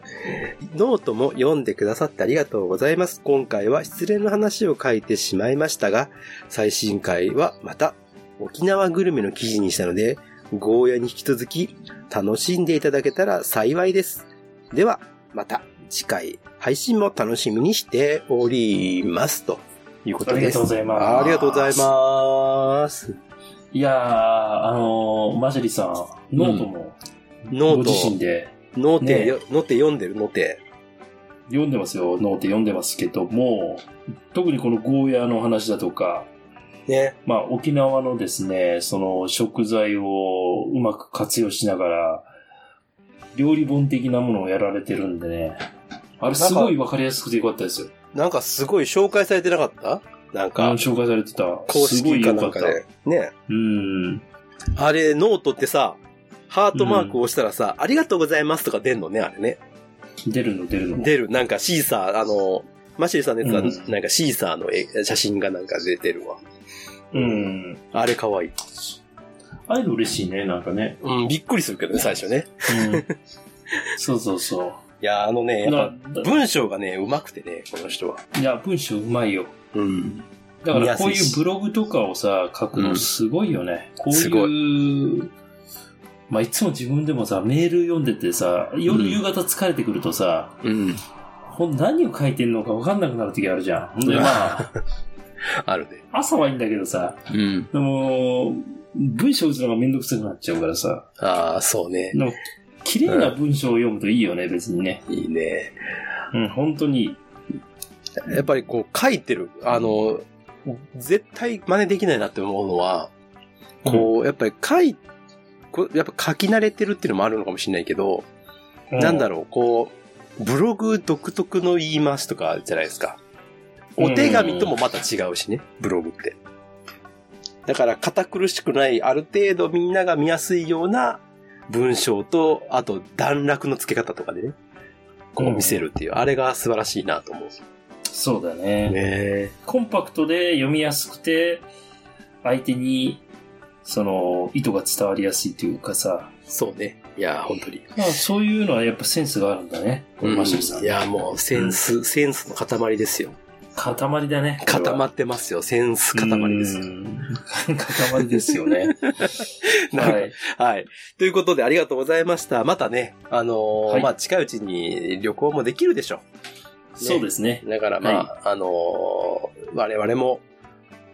Speaker 3: ノートも読んでくださってありがとうございます。今回は失恋の話を書いてしまいましたが、最新回はまた沖縄グルメの記事にしたので、ゴーヤに引き続き楽しんでいただけたら幸いです。では、また次回配信も楽しみにしております。ということ
Speaker 2: あ
Speaker 3: です。
Speaker 2: りがとうございます。
Speaker 3: ありがとうござい
Speaker 2: す。
Speaker 3: ます。
Speaker 2: いやー、あのー、マジェリさん、ノートも、
Speaker 3: ノ
Speaker 2: ご
Speaker 3: ー
Speaker 2: 自身
Speaker 3: ト、
Speaker 2: で
Speaker 3: ノー
Speaker 2: ね
Speaker 3: テ、ノーテ読んでる、ノーテ。
Speaker 2: 読んでますよ、ノート読んでますけども、特にこのゴーヤーの話だとか、
Speaker 3: ね。
Speaker 2: まあ、沖縄のですね、その食材をうまく活用しながら、料理本的なものをやられてるんでね、あれすごいわかりやすくてよかったですよ。
Speaker 3: なんかすごい紹介されてなかったなん
Speaker 2: あ
Speaker 3: か
Speaker 2: の、紹介されてた。
Speaker 3: 公
Speaker 2: すご
Speaker 3: 式
Speaker 2: い
Speaker 3: か
Speaker 2: よ
Speaker 3: な
Speaker 2: かっ
Speaker 3: ん
Speaker 2: た
Speaker 3: か。で。ね。
Speaker 2: うん。
Speaker 3: あれ、ノートってさ、ハートマークを押したらさ、ありがとうございますとか出んのね、あれね。
Speaker 2: 出るの出るの。
Speaker 3: 出る。なんかシーサー、あの、マシルさんのやつは、
Speaker 2: うん
Speaker 3: なんかシーサーの絵写真がなんか出てるわ。
Speaker 2: うん。
Speaker 3: あれ可愛い。
Speaker 2: ああいうの嬉しいね、なんかね。
Speaker 3: うん、びっくりするけどね、最初ね。 [LAUGHS]
Speaker 2: うん。そうそうそ
Speaker 3: いや、あのね、
Speaker 2: う。
Speaker 3: やっ
Speaker 2: な
Speaker 3: ぱ文章がね、上手くてね、この人は。
Speaker 2: いや、文章うまいよ。
Speaker 3: うん。
Speaker 2: だか
Speaker 3: 見
Speaker 2: ら
Speaker 3: やす
Speaker 2: こう
Speaker 3: い
Speaker 2: い
Speaker 3: し
Speaker 2: うブログとかをさ、書くのすごいよね。こう
Speaker 3: すご
Speaker 2: いう、まあいつも自分でもさ、メール読んでてさ、夜、
Speaker 3: うん
Speaker 2: 夕方疲れてくるとさ、
Speaker 3: うん。
Speaker 2: ほん何を書いてんのか分かんなくなる時あるじゃん。ほんでま
Speaker 3: [LAUGHS]
Speaker 2: あ、
Speaker 3: あるね。
Speaker 2: 朝はいいんだけどさ、
Speaker 3: うん。
Speaker 2: でも、文章打つのがめんどくさくなっちゃうからさ、
Speaker 3: ああ、そうね
Speaker 2: で。も綺麗な文章を読むといいよね、別にね。
Speaker 3: いいね。
Speaker 2: うん、本当にいい。
Speaker 3: やっぱりこう書いてる、あの、絶対真似できないなって思うのは、こう、やっぱり書い、こうやっぱ書き慣れてるっていうのもあるのかもしれないけど、
Speaker 2: う
Speaker 3: なんだ
Speaker 2: ろ
Speaker 3: ろう、こう、ブログ独特の言い回しとかじゃないですか。お手紙ともまた違うしね、ブログって。だから堅苦しくない、ある程度みんなが見やすいような文章と、あと段落の付け方とかでね、こう見せるっていう、あれが素晴らしいなと思うんですよ
Speaker 4: そうだね。
Speaker 3: ね。
Speaker 4: コンパクトで読みやすくて、相手に、その、意図が伝わりやすいというかさ、
Speaker 3: そうね。いや、本当に。
Speaker 4: まあそういうのはやっぱセンスがあるんだね、このマシュルさん。
Speaker 3: いや、もうセンス、センスの塊ですよ。
Speaker 4: 塊だね。
Speaker 3: 固まってますよ。センス塊ですよ。
Speaker 4: うん。 [LAUGHS] 塊ですよ
Speaker 3: [LAUGHS]
Speaker 4: ね。
Speaker 3: なんか
Speaker 4: はい。
Speaker 3: はい。ということで、ありがとうございました。またね、あのー
Speaker 4: はい
Speaker 3: まあ、近いうちに旅行もできるでしょ
Speaker 4: そうですね
Speaker 3: う。。だから、まあ、あのー我々も、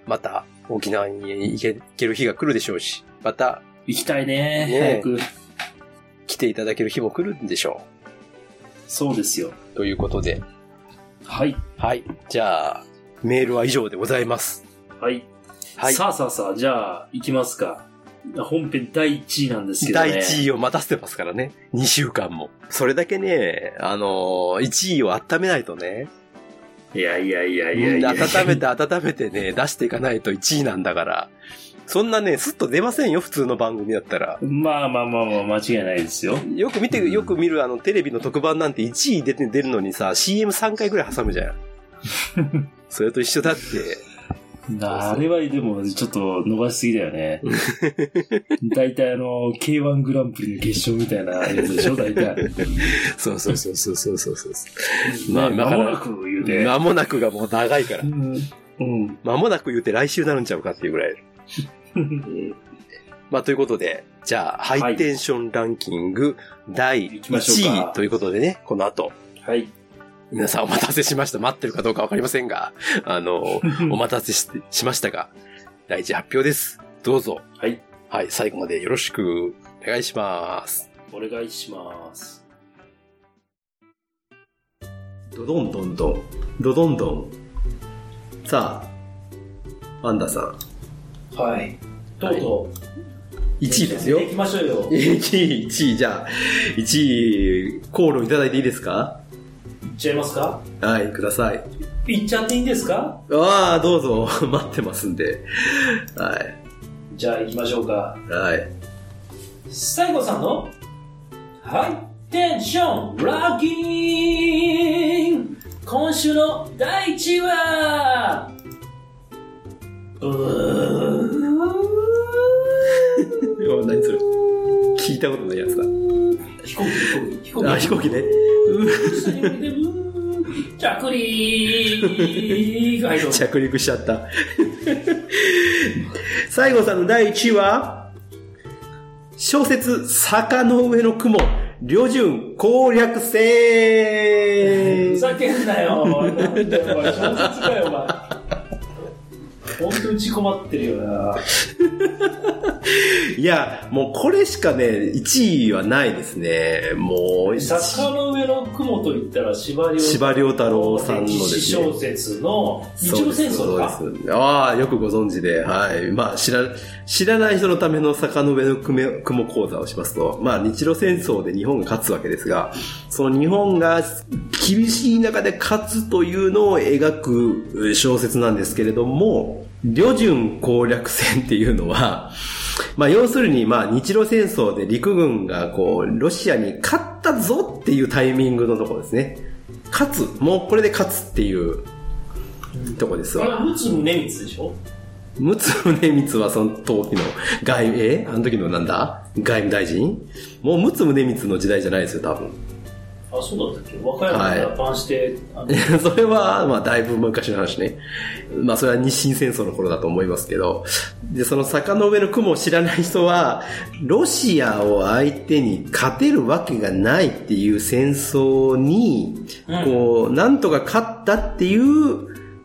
Speaker 3: また、沖縄に行け行ける日が来るでしょうし、また、
Speaker 4: 行きたい
Speaker 3: ねえ
Speaker 4: ね、早く。
Speaker 3: 来ていただける日も来るんでしょ
Speaker 4: そうですよ。
Speaker 3: う。ということで、
Speaker 4: はい。
Speaker 3: はい。じゃあ、メールは以上でございます。
Speaker 4: はい。
Speaker 3: はい。
Speaker 4: さあさあさあ、じゃあ、行きますか。本編第1位なんですけどね。
Speaker 3: 第1位を待たせてますからね。2週間も。それだけね、あのー、1位を温めないとね。
Speaker 4: いやいやいやいや
Speaker 3: う
Speaker 4: い
Speaker 3: ん
Speaker 4: や。
Speaker 3: 温めて温めてね、出していかないと1位なんだから。そんなね、すっと出ませんよ、普通の番組だったら。
Speaker 4: [LAUGHS] まあまあまあまあ、間違いないですよ。
Speaker 3: よく見て、よく見るあの、テレビの特番なんて1位出て出るのにさ、CM3 回ぐらい挟むじゃん。 [LAUGHS] それと一緒だって。
Speaker 4: あれはでもちょっと伸ばしすぎだよ
Speaker 3: [LAUGHS]
Speaker 4: ね。大体あの、K1 グランプリの決勝みたいなやつでしょ、大体。
Speaker 3: そうそうそうそうそうそうそう。 [LAUGHS] ま
Speaker 4: ま
Speaker 3: あ
Speaker 4: あ、間
Speaker 3: だから
Speaker 4: もなく言うて。
Speaker 3: 間もなくがもう長いから
Speaker 4: う。ん。うん。
Speaker 3: 間もなく言うて来週なるんちゃうかっていうぐらい。 [LAUGHS] うんまあ、ということで、じゃあ、ハ
Speaker 4: い
Speaker 3: イテンションランキング第
Speaker 4: 行きましょう
Speaker 3: 1
Speaker 4: か
Speaker 3: 位ということでね、この後、
Speaker 4: はい。
Speaker 3: 皆さんお待たせしました。待ってるかどうかわかりませんが、あ [LAUGHS] の、お待たせししましたが、第一発表です。どうぞ。
Speaker 4: はい。
Speaker 3: はい、最後までよろしくお願いします。
Speaker 4: お願いします。
Speaker 3: ドドンドンドン、ドドンドン。さあ、アンダさん、
Speaker 2: はい。とうと
Speaker 3: 1位で
Speaker 2: う。
Speaker 3: すよ。
Speaker 2: 行きましょうよ。
Speaker 3: 1位、1位、じゃあ、1位、コールをいただいていいですか
Speaker 2: 行っちゃいますか
Speaker 3: はい、ください。
Speaker 2: 行っちゃっていいんですか
Speaker 3: ああ、どうぞ、待ってますんで。は
Speaker 2: じゃあ行きましょうか。
Speaker 3: い、はい。
Speaker 2: 西郷さんのハイテンションランキング今週の第1位はうーん
Speaker 3: お何それ聞いたことないやつだ。
Speaker 2: 飛行機飛行機飛行機
Speaker 3: あ、飛行機ね。
Speaker 2: 下に向けてうーん着 [LAUGHS] 陸はいどうぞ
Speaker 3: 着陸しちゃった。西郷さんの第1位は、小説、坂の上の雲、旅順攻略
Speaker 2: ふ
Speaker 3: 戦
Speaker 2: ざけんなよ。なんだよ、お前、小説かよ、お前。本当に打ち困ってるよな。
Speaker 3: いや、もうこれしかね、1位はないですね。もう、
Speaker 2: 坂の上の雲といったら司馬遼
Speaker 3: 司馬遼太郎さんので
Speaker 2: 歴史
Speaker 3: すね
Speaker 2: 小。説の日
Speaker 3: そう
Speaker 2: 露
Speaker 3: です
Speaker 2: 戦争か。
Speaker 3: そうですああ、よくご存知で、はい。まあ、知ら、知らない人のための坂の上の雲雲講座をしますと、まあ、日露戦争で日本が勝つわけですが、その日本が厳しい中で勝つというのを描く小説なんですけれども、旅順攻略戦っていうのは、まあ、要するに、まあ、日露戦争で陸軍が、こう、ロシアに勝ったぞっていうタイミングのところですね。勝つ。もうこれで勝つっていうとこです
Speaker 2: これ
Speaker 3: わ。
Speaker 2: は陸奥宗光でしょ
Speaker 3: 陸奥宗光はその時の外務、えあの時のなんだ外務大臣もう陸奥宗光の時代じゃないですよ、多分。 [LAUGHS]
Speaker 2: あ、そうだったっけ和歌山
Speaker 3: はい
Speaker 2: から脱藩して、あの
Speaker 3: それは、まあ、だいぶ昔の話ね。まあ、それは日清戦争の頃だと思いますけど、で、その坂の上の雲を知らない人は、ロシアを相手に勝てるわけがないっていう戦争に、
Speaker 2: うん
Speaker 3: こう、なんとか勝ったっていう、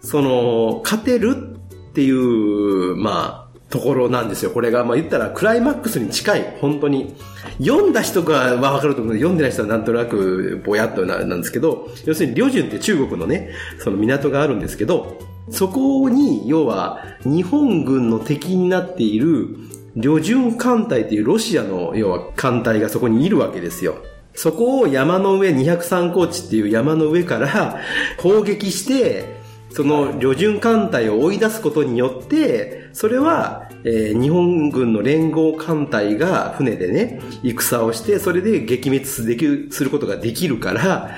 Speaker 3: その、勝てるっていう、まあ、ところなんですよ。これが、まあ言ったらクライマックスに近い、本当に。読んだ人がはわかると思うけど読んでない人はなんとなくぼやっとななんですけど、要するに旅順って中国のね、その港があるんですけど、そこに、要は、日本軍の敵になっている、旅順艦隊っていうロシアの、要は艦隊がそこにいるわけですよ。そこを山の上203高地っていう山の上から攻撃して、その旅順艦隊を追い出すことによって、それは、えー日本軍の連合艦隊が船でね、戦をして、それで撃滅できる、することができるから、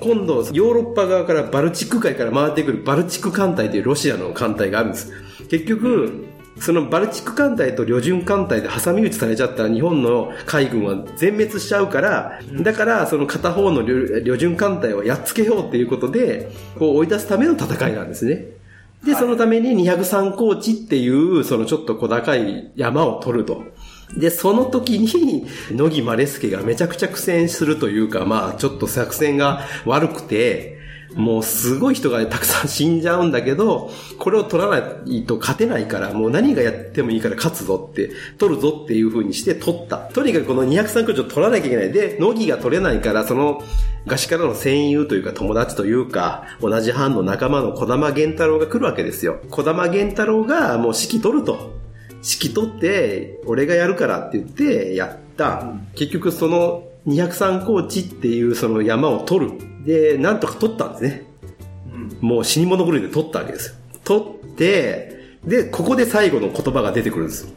Speaker 3: 今度、ヨーロッパ側からバルチック海から回ってくるバルチック艦隊というロシアの艦隊があるんです。結局、そのバルチック艦隊と旅順艦隊で挟み撃ちされちゃったら日本の海軍は全滅しちゃうから、だからその片方の旅旅順艦隊をやっつけようっていうことで、こう追い出すための戦いなんですね。で、そのために203高地っていう、そのちょっと小高い山を取ると。で、その時に、野木マレスケがめちゃくちゃ苦戦するというか、まあ、ちょっと作戦が悪くて、もうすごい人がたくさん死んじゃうんだけど、これを取らないと勝てないから、もう何がやってもいいから勝つぞって、取るぞっていう風にして取った。とにかくこの203空地を取らなきゃいけない。で、乃木が取れないから、その、昔からの戦友というか友達というか、同じ班の仲間の小玉源太郎が来るわけですよ。小玉源太郎がもう指揮取ると。指揮取って、俺がやるからって言って、やった。結局その203高地っていうその山を取る。で、なんとか取ったんですね。もう死に物狂いで取ったわけですよ。取って、で、ここで最後の言葉が出てくるんですよ。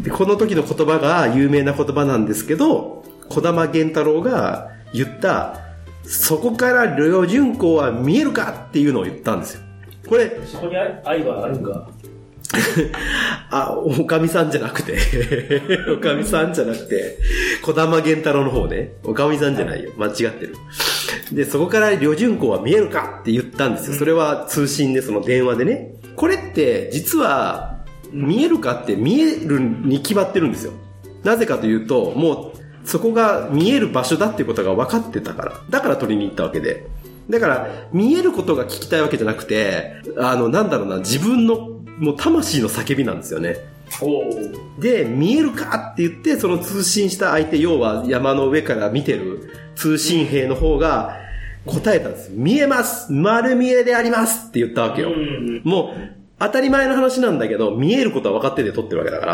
Speaker 3: で、この時の言葉が有名な言葉なんですけど、小玉源太郎が言った、そこから旅順港は見えるかっていうのを言ったんですよ。これ、
Speaker 2: そこに愛愛はあるんか
Speaker 3: あ、おかみさんじゃなくて、 [LAUGHS] おかみさんじゃなくて、小玉源太郎の方ね。おかみさんじゃないよ。間違ってる。で、そこから旅順港は見えるかって言ったんですよ。それは通信で、その電話でね。これって、実は、見えるかって見えるに決まってるんですよ。なぜかというと、もう、そこが見える場所だっていうことが分かってたから。だから取りに行ったわけで。だから、見えることが聞きたいわけじゃなくて、あの、なんだろうな、自分の、もう魂の叫びなんですよね。
Speaker 2: おお
Speaker 3: で、見えるかって言って、その通信した相手、要は山の上から見てる通信兵の方が答えたんです。見えます丸見えでありますって言ったわけよ。もう、当たり前の話なんだけど、見えることは分かってて撮ってるわけだから。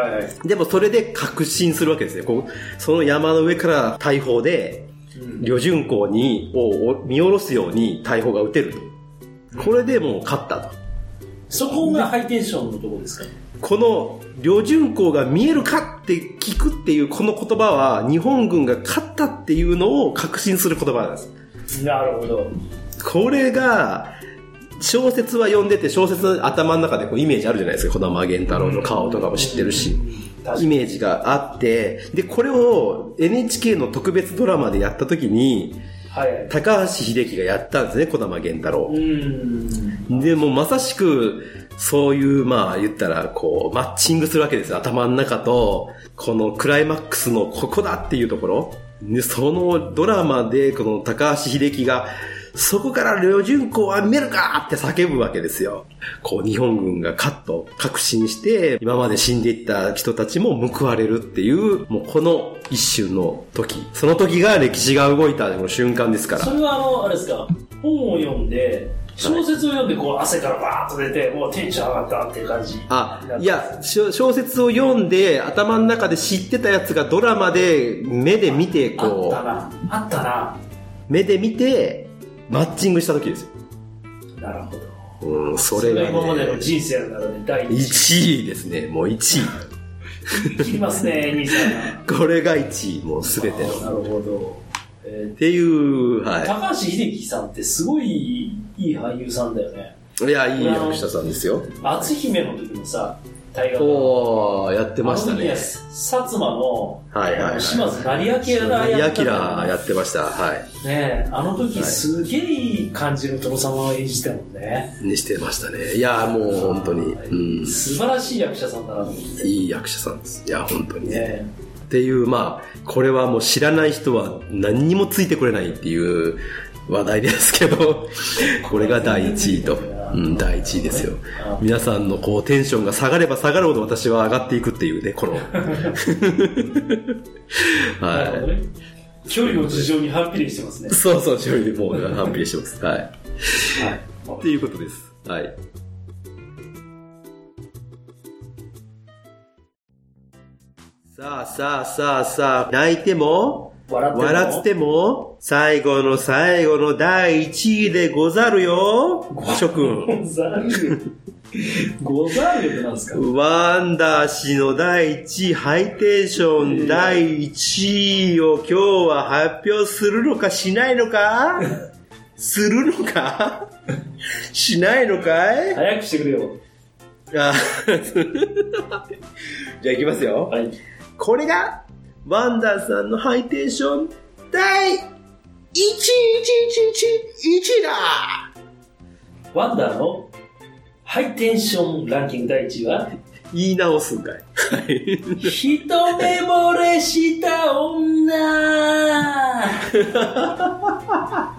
Speaker 2: はいはい
Speaker 3: でもそれで確信するわけですよ。こうその山の上から大砲で、旅順港に、を見下ろすように大砲が撃てると。これでもう勝ったと。
Speaker 2: そこがハイテンションのとこですか
Speaker 3: この、旅順港が見えるかって聞くっていうこの言葉は、日本軍が勝ったっていうのを確信する言葉なんです。
Speaker 2: なるほど
Speaker 3: これが、小説は読んでて、小説の頭の中でこうイメージあるじゃないですか。児玉源太郎の顔とかも知ってるし。イメージがあって、で、これを NHK の特別ドラマでやった時に、
Speaker 2: はいはい
Speaker 3: 高橋秀樹がやったんですね、児玉源太郎。
Speaker 2: うん
Speaker 3: で、もうまさしく、そういう、まあ言ったら、こう、マッチングするわけですよ。頭の中と、このクライマックスのここだっていうところ。で、そのドラマで、この高橋秀樹が、そこから旅順港は見えるかって叫ぶわけですよ。こう、日本軍がカッと確信して、今まで死んでいった人たちも報われるっていう、もうこの一瞬の時。その時が歴史が動いた瞬間ですから
Speaker 2: そ。れはあのあれですか本を読んで小説を読んでこう汗からバーッと出てもうテンション上がったっていう感じ
Speaker 3: あ、いや、しょ小説を読んで、頭の中で知ってたやつがドラマで、目で見て、
Speaker 2: あっ
Speaker 3: こ
Speaker 2: たなあったな
Speaker 3: う、目で見て、マッチングした時ですよ。
Speaker 2: なるほど
Speaker 3: うん、そ
Speaker 2: そ
Speaker 3: れ
Speaker 2: れが
Speaker 3: が、
Speaker 2: 今まで
Speaker 3: ね
Speaker 2: の、人生の中で第一
Speaker 3: 1位ですね、もう1
Speaker 2: 聞きます
Speaker 3: [LAUGHS]
Speaker 2: ね兄さん
Speaker 3: 位。これが1位、もうすべての。っ
Speaker 2: なるほど、え
Speaker 3: ていう、は
Speaker 2: 高橋秀樹さんってすごいいい俳優さんだよね
Speaker 3: い。いや、いい役者さんですよ。
Speaker 2: 篤姫の時もさ大河
Speaker 3: おー、やってまし
Speaker 2: あ
Speaker 3: た
Speaker 2: の時
Speaker 3: ね
Speaker 2: は。薩摩の
Speaker 3: はいはいはい。
Speaker 2: 島津成明が
Speaker 3: ヤ
Speaker 2: やった
Speaker 3: キラやってました。はい。
Speaker 2: ねえあの時
Speaker 3: はい
Speaker 2: すげえいい感じの殿様を演じてたもんね、
Speaker 3: にしてましたね。いや、もう本当に、うん、
Speaker 2: 素晴らしい役者さんだなと思ってね
Speaker 3: いい役者さんです。いや、本当にね。
Speaker 2: え
Speaker 3: っていう、まあ、これはもう知らない人は何にもついてこれないっていう話題ですけど、これが第1位と。うん、第1位ですよ。皆さんのこうテンションが下がれば下がるほど私は上がっていくっていうね、この。
Speaker 2: なるほ
Speaker 3: は
Speaker 2: どね距離を事情に反比例してますね
Speaker 3: い。、そうそう、勝利もう反比例してます。はい。っていうことです。はい。さあさあさあさあ、泣いても、
Speaker 2: 笑ってるの
Speaker 3: 笑っても、最後の最後の第1位でござるよ、諸君。
Speaker 2: ござるよ。ござるよってなんですか
Speaker 3: ワンダー氏の第1位、ハイテンション第1位を今日は発表するのかしないのかするのかしないのか [LAUGHS] い
Speaker 2: 早くしてくれよ。
Speaker 3: あじゃあいきますよ。
Speaker 2: はい。
Speaker 3: これが、ワンダーさんのハイテンション第11111だ
Speaker 2: ワンダーのハイテンションランキング第1位は、
Speaker 3: 言い直すんかい。
Speaker 2: 一目惚れした
Speaker 3: [LAUGHS]
Speaker 2: 女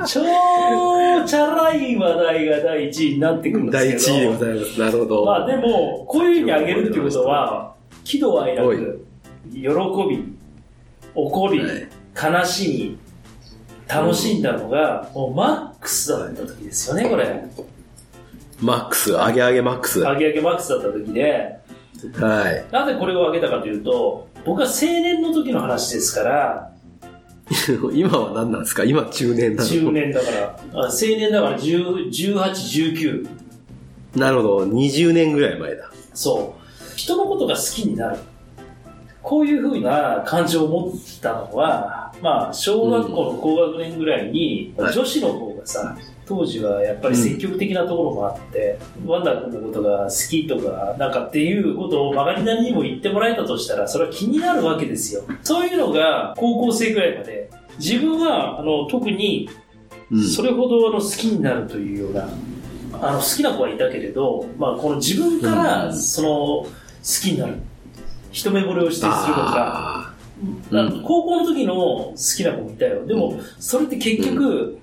Speaker 2: 超チャラい話題が第1位になってくるん
Speaker 3: 第
Speaker 2: ですけど
Speaker 3: 1位でございます。なるほど。
Speaker 2: まあでもこういうふうにあげるってことは喜怒哀
Speaker 3: おい
Speaker 2: 楽喜び怒り、
Speaker 3: はい
Speaker 2: 悲しみ楽しんだのが、もうマックスだった時ですよねこれ
Speaker 3: マックス、上げ上げマックス。は
Speaker 2: 上げ上げマックスだった時で
Speaker 3: い。 [LAUGHS]
Speaker 2: なぜこれを上げたかというと僕は青年の時の話ですから
Speaker 3: 今は何なんですか今中年な
Speaker 2: 中
Speaker 3: の
Speaker 2: 年だから、あ青年だから10 18、19。
Speaker 3: なるほど。20年ぐらい前だ。
Speaker 2: そう。人のことが好きになる。こういうふうな感情を持ったのは、まあ、小学校の高学年ぐらいに、
Speaker 3: はい
Speaker 2: 女子の方がさ、当時はやっぱり積極的なところもあって、ワンダー君のことが好きとか、なんかっていうことを曲がりなりにも言ってもらえたとしたら、それは気になるわけですよ。そういうのが高校生ぐらいまで、自分は、あの、特に
Speaker 3: うん。
Speaker 2: それほどあの好きになるというようなあの好きな子はいたけれど、まあ、この自分から
Speaker 3: うん
Speaker 2: その好きになる一目惚れをしてすることがだ
Speaker 3: あ
Speaker 2: か
Speaker 3: う
Speaker 2: ら
Speaker 3: ん
Speaker 2: 高校の時の好きな子もいたよで
Speaker 3: う
Speaker 2: もそれって結局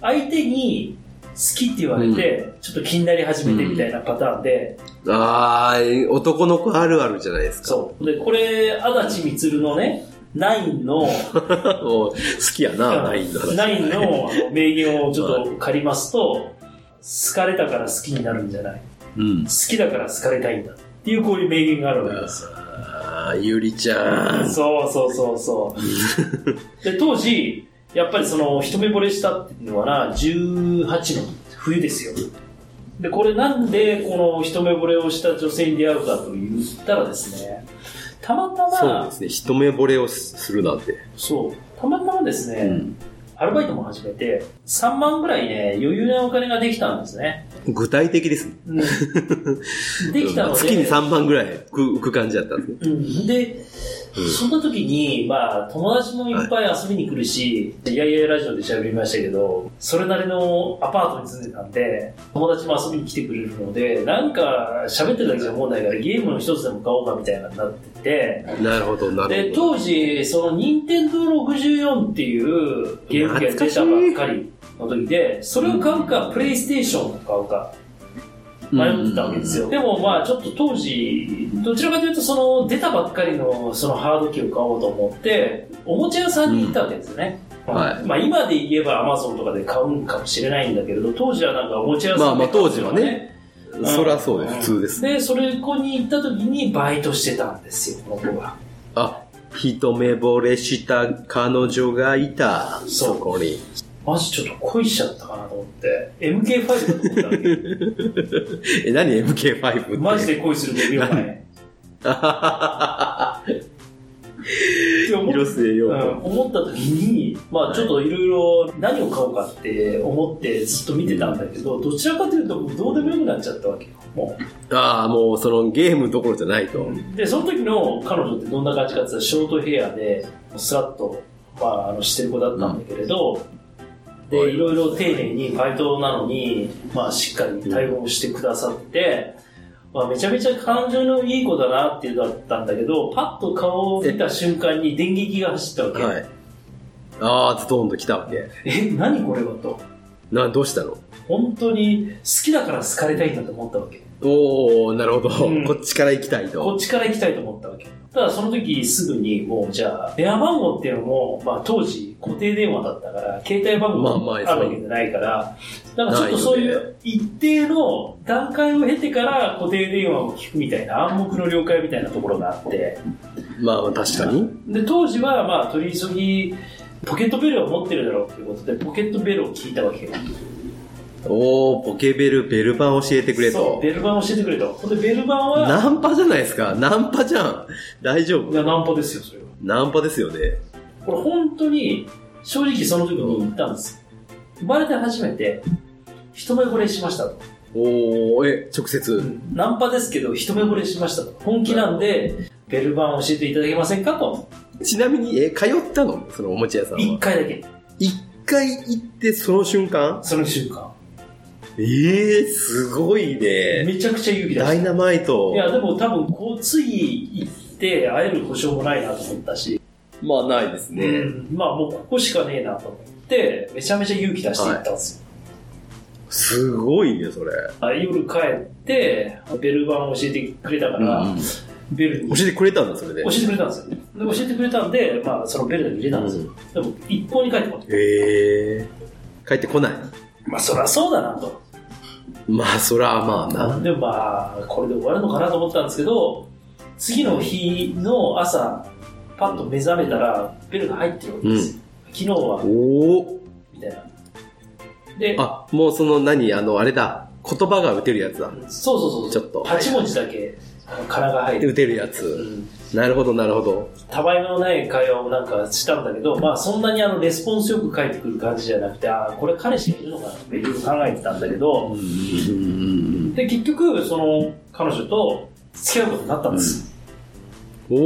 Speaker 2: 相手に好きって言われてちょっと気になり始めてみたいなパターンで
Speaker 3: ーあー、男の子あるあるじゃないですか。
Speaker 2: そうでこれ足立光のねナインの
Speaker 3: お好きやな、 [LAUGHS] ナインの話。
Speaker 2: ナインのあの名言をちょっと借りますと好かれたから好きになるんじゃない
Speaker 3: うん。
Speaker 2: 好きだから好かれたいんだっていうこういう名言があるわけですよ。
Speaker 3: あー、ゆりちゃん。
Speaker 2: そうそうそうそう。で、当時、やっぱりその一目惚れしたっていうのはな、18の冬ですよ。で、これなんでこの一目惚れをした女性に出会うかと言ったらですね、たまた
Speaker 3: そう
Speaker 2: ま
Speaker 3: で、すね。一目惚れをするなんて。
Speaker 2: そう、たまたまですね、
Speaker 3: うん
Speaker 2: アルバイトも始めて、3万ぐらいね、余裕なお金ができたんですね。
Speaker 3: 具体的ですね。 [LAUGHS]
Speaker 2: うんできたので、
Speaker 3: 月に3万ぐらい浮く感じだったんですね。
Speaker 2: うん、で、
Speaker 3: うん
Speaker 2: そんな時に、まあ、友達もいっぱい遊びに来るし、い、やいやラジオで喋りましたけど、それなりのアパートに住んでたんで、友達も遊びに来てくれるので、なんか喋ってるだけじゃ問題からゲームの一つでも買おうかみたいなになってて、
Speaker 3: なるほど、な
Speaker 2: で
Speaker 3: る、ほど。
Speaker 2: 当時、その任天堂64っていうゲーム機が出たばっかりの時で、それを買うか、プレイステーションを買うか、迷ってたわけですよ、でもまあちょっと当時どちらかというとその出たばっかりのそのハード機を買おうと思っておもちゃ屋さんに行ったわけですよね、
Speaker 3: うんはい
Speaker 2: まあ、今で言えばアマゾンとかで買うんかもしれないんだけれど当時はなんかおもちゃ屋さんで買うとか
Speaker 3: まあまあ当時はね
Speaker 2: ん
Speaker 3: そりゃそうです。普通です。
Speaker 2: でそれこに行った時にバイトしてたんですよこの子が
Speaker 3: あ、一目惚れした彼女がいた。
Speaker 2: そう
Speaker 3: そこに。
Speaker 2: マジちょっと恋しちゃったかなと思って MK5 だと思ったわけ
Speaker 3: え、何 ?MK5
Speaker 2: [LAUGHS]
Speaker 3: って。
Speaker 2: マジ
Speaker 3: [LAUGHS]
Speaker 2: で恋する5秒前 [LAUGHS] って思って
Speaker 3: 広末涼
Speaker 2: う
Speaker 3: 子
Speaker 2: ん、思った時に、まあ、ちょっといろいろ何を買おうかって思ってずっと見てたんだけどどちらかというともうどうでもよくなっちゃったわけよも
Speaker 3: ああ、もうそのゲームどころじゃないと。
Speaker 2: うでその時の彼女ってどんな感じかって言ったらショートヘアでスラッと、まあ、あのしてる子だったんだけれど、でいろいろ丁寧にバイトなのに、まあ、しっかり対応してくださって、まあ、めちゃめちゃ感情のいい子だなっていうのだったんだけどパッと顔を見た瞬間に電撃が走ったわけ、
Speaker 3: はい。ああ、ズドンと来たわけ。
Speaker 2: え何これはと
Speaker 3: うな、どうしたの
Speaker 2: 本当に好きだから好かれたいんだと思ったわけ
Speaker 3: おおなるほど、
Speaker 2: うん
Speaker 3: こっちから行きたい。
Speaker 2: ことっちから行きたいと思ったわけただその時すぐにもうじゃあ電話番号っていうのも、まあ、当時固定電話だったから携帯番
Speaker 3: まあ
Speaker 2: 号
Speaker 3: まあ
Speaker 2: あるわけじゃないからなんかちょっとそうい
Speaker 3: ないよ
Speaker 2: う一定の段階を経てから固定電話を聞くみたいな暗黙の了解みたいなところがあって
Speaker 3: まあまあ確かに。
Speaker 2: で当時はまあ取り急ぎポケットベルを持ってるだろうということでポケットベルを聞いたわけよ
Speaker 3: おおポケベル、ベルパン教えてくれ
Speaker 2: そう
Speaker 3: と。
Speaker 2: ベルバン教えてくれとほんでベルバンは
Speaker 3: ナンパじゃないですか。ナンパじゃん。大丈
Speaker 2: いや
Speaker 3: 夫。
Speaker 2: ナンパですよそれは
Speaker 3: ナンパですよね。
Speaker 2: これ本当に正直その時に言ったんです生まれて初めて一目惚れしましたと
Speaker 3: おおえ、直接。
Speaker 2: ナンパですけど一目惚れしましたと本気なんでベルバン教えていただけませんかと
Speaker 3: ちなみに、え、通ったのそのおもちゃ屋さん
Speaker 2: 一
Speaker 3: は。
Speaker 2: 回だけ
Speaker 3: 一回行ってその瞬間
Speaker 2: その瞬間
Speaker 3: ええー、すごいね。
Speaker 2: めちゃくちゃ勇気出し
Speaker 3: ダ
Speaker 2: た
Speaker 3: イ
Speaker 2: い
Speaker 3: ナマイト。
Speaker 2: やでも多分こう次行って会える保証もないなと思ったし、
Speaker 3: まあないですね。
Speaker 2: うんまあもうここしかねえなと思ってめちゃめちゃ勇気出して行ったんですよ、
Speaker 3: すごいね、それ。
Speaker 2: 夜帰ってベルバン教えてくれたから、
Speaker 3: うんうん
Speaker 2: ベルに
Speaker 3: 教えてくれたんだ、それで
Speaker 2: 教。えてくれたんですよで教えてくれたんで、まあ、そのベルダに入れたんですよ、でも一向に帰ってこない
Speaker 3: へえー。帰ってこない。
Speaker 2: まあそりゃそうだなと
Speaker 3: まあ、そら、まあな。
Speaker 2: でもまあこれで終わるのかなと思ったんですけど次の日の朝パッと目覚めたらベルが入ってるわけですよ、昨日は
Speaker 3: おお。
Speaker 2: みたいなで
Speaker 3: あ、もうその何、あの、あれだ。言葉が打てるやつだ。
Speaker 2: そうそうそう
Speaker 3: ちょっと
Speaker 2: 8文字だけあの殻が入る、
Speaker 3: 打てるや
Speaker 2: う
Speaker 3: つ。
Speaker 2: ん
Speaker 3: なるほど、なるほど。
Speaker 2: たわいもない会話をなんかしたんだけど、まあ、そんなにあのレスポンスよく返ってくる感じじゃなくてああこれ彼氏がいるのかなっていろいろ考えてたんだけど、
Speaker 3: うんうん
Speaker 2: で結局その彼女と付き合うことになったんです、
Speaker 3: うん。お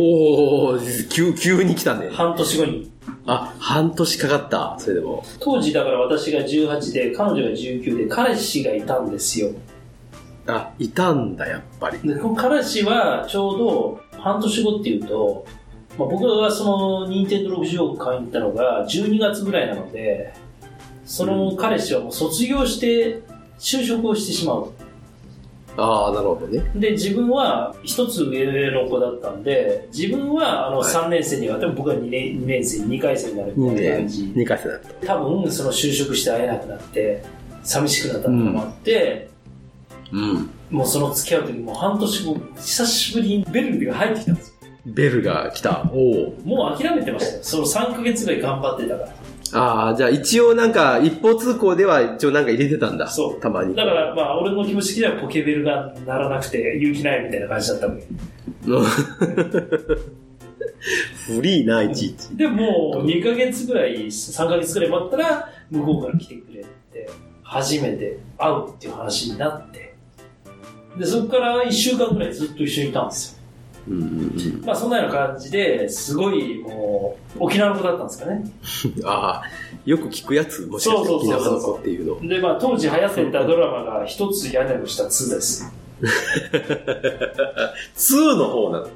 Speaker 3: お、急、急に来たね。
Speaker 2: 半年後に
Speaker 3: あ、半年かかった。それでも。
Speaker 2: 当時だから私が18で彼女が19で彼氏がいたんですよ
Speaker 3: あ、いたんだ、やっぱり。
Speaker 2: でこの彼氏はちょうど半年後っていうと、まあ、僕がその任天堂6 5を買いに行ったのが12月ぐらいなのでその彼氏はもう卒業して就職をしてしまう
Speaker 3: ああ、なるほどね。
Speaker 2: で自分は一つ上の子だったんで自分はあの
Speaker 3: はい
Speaker 2: 3年生には、でも僕は2年 ,2 年生2回生になるみたいな感じ、
Speaker 3: 2回生だった。
Speaker 2: 多分その就職して会えなくなって寂しくなったのもあって、
Speaker 3: うん。
Speaker 2: もうその付き合う時もう半年後久しぶりにベルリが入ってきたんですよ
Speaker 3: ベルが来た。おお。
Speaker 2: もう諦めてましたよその3ヶ月ぐらい頑張ってたから
Speaker 3: ああ、じゃあ一応なんか、一方通行では一応なんか入れてたんだ。
Speaker 2: そう
Speaker 3: たまに。
Speaker 2: だからまあ俺の気持ち的にはポケベルが鳴らなくて勇気ないみたいな感じだったわけ
Speaker 3: うん [LAUGHS] フリーな、いちいち。
Speaker 2: でもう2ヶ月ぐらい3ヶ月ぐらい待ったら向こうから来てくれって初めて会うっていう話になってでそこから1週間ぐらいずっと一緒にいたんですよ
Speaker 3: うんうん
Speaker 2: まあそんなような感じですごいもう沖縄の子だったんですかね
Speaker 3: うん、ああ、よく聞くやつ、もしかして、
Speaker 2: そうそうそうそう
Speaker 3: 沖縄の子っていうの。
Speaker 2: でまあ当時流行ってたドラマが「一つ屋根の下2」です
Speaker 3: 2の方なの。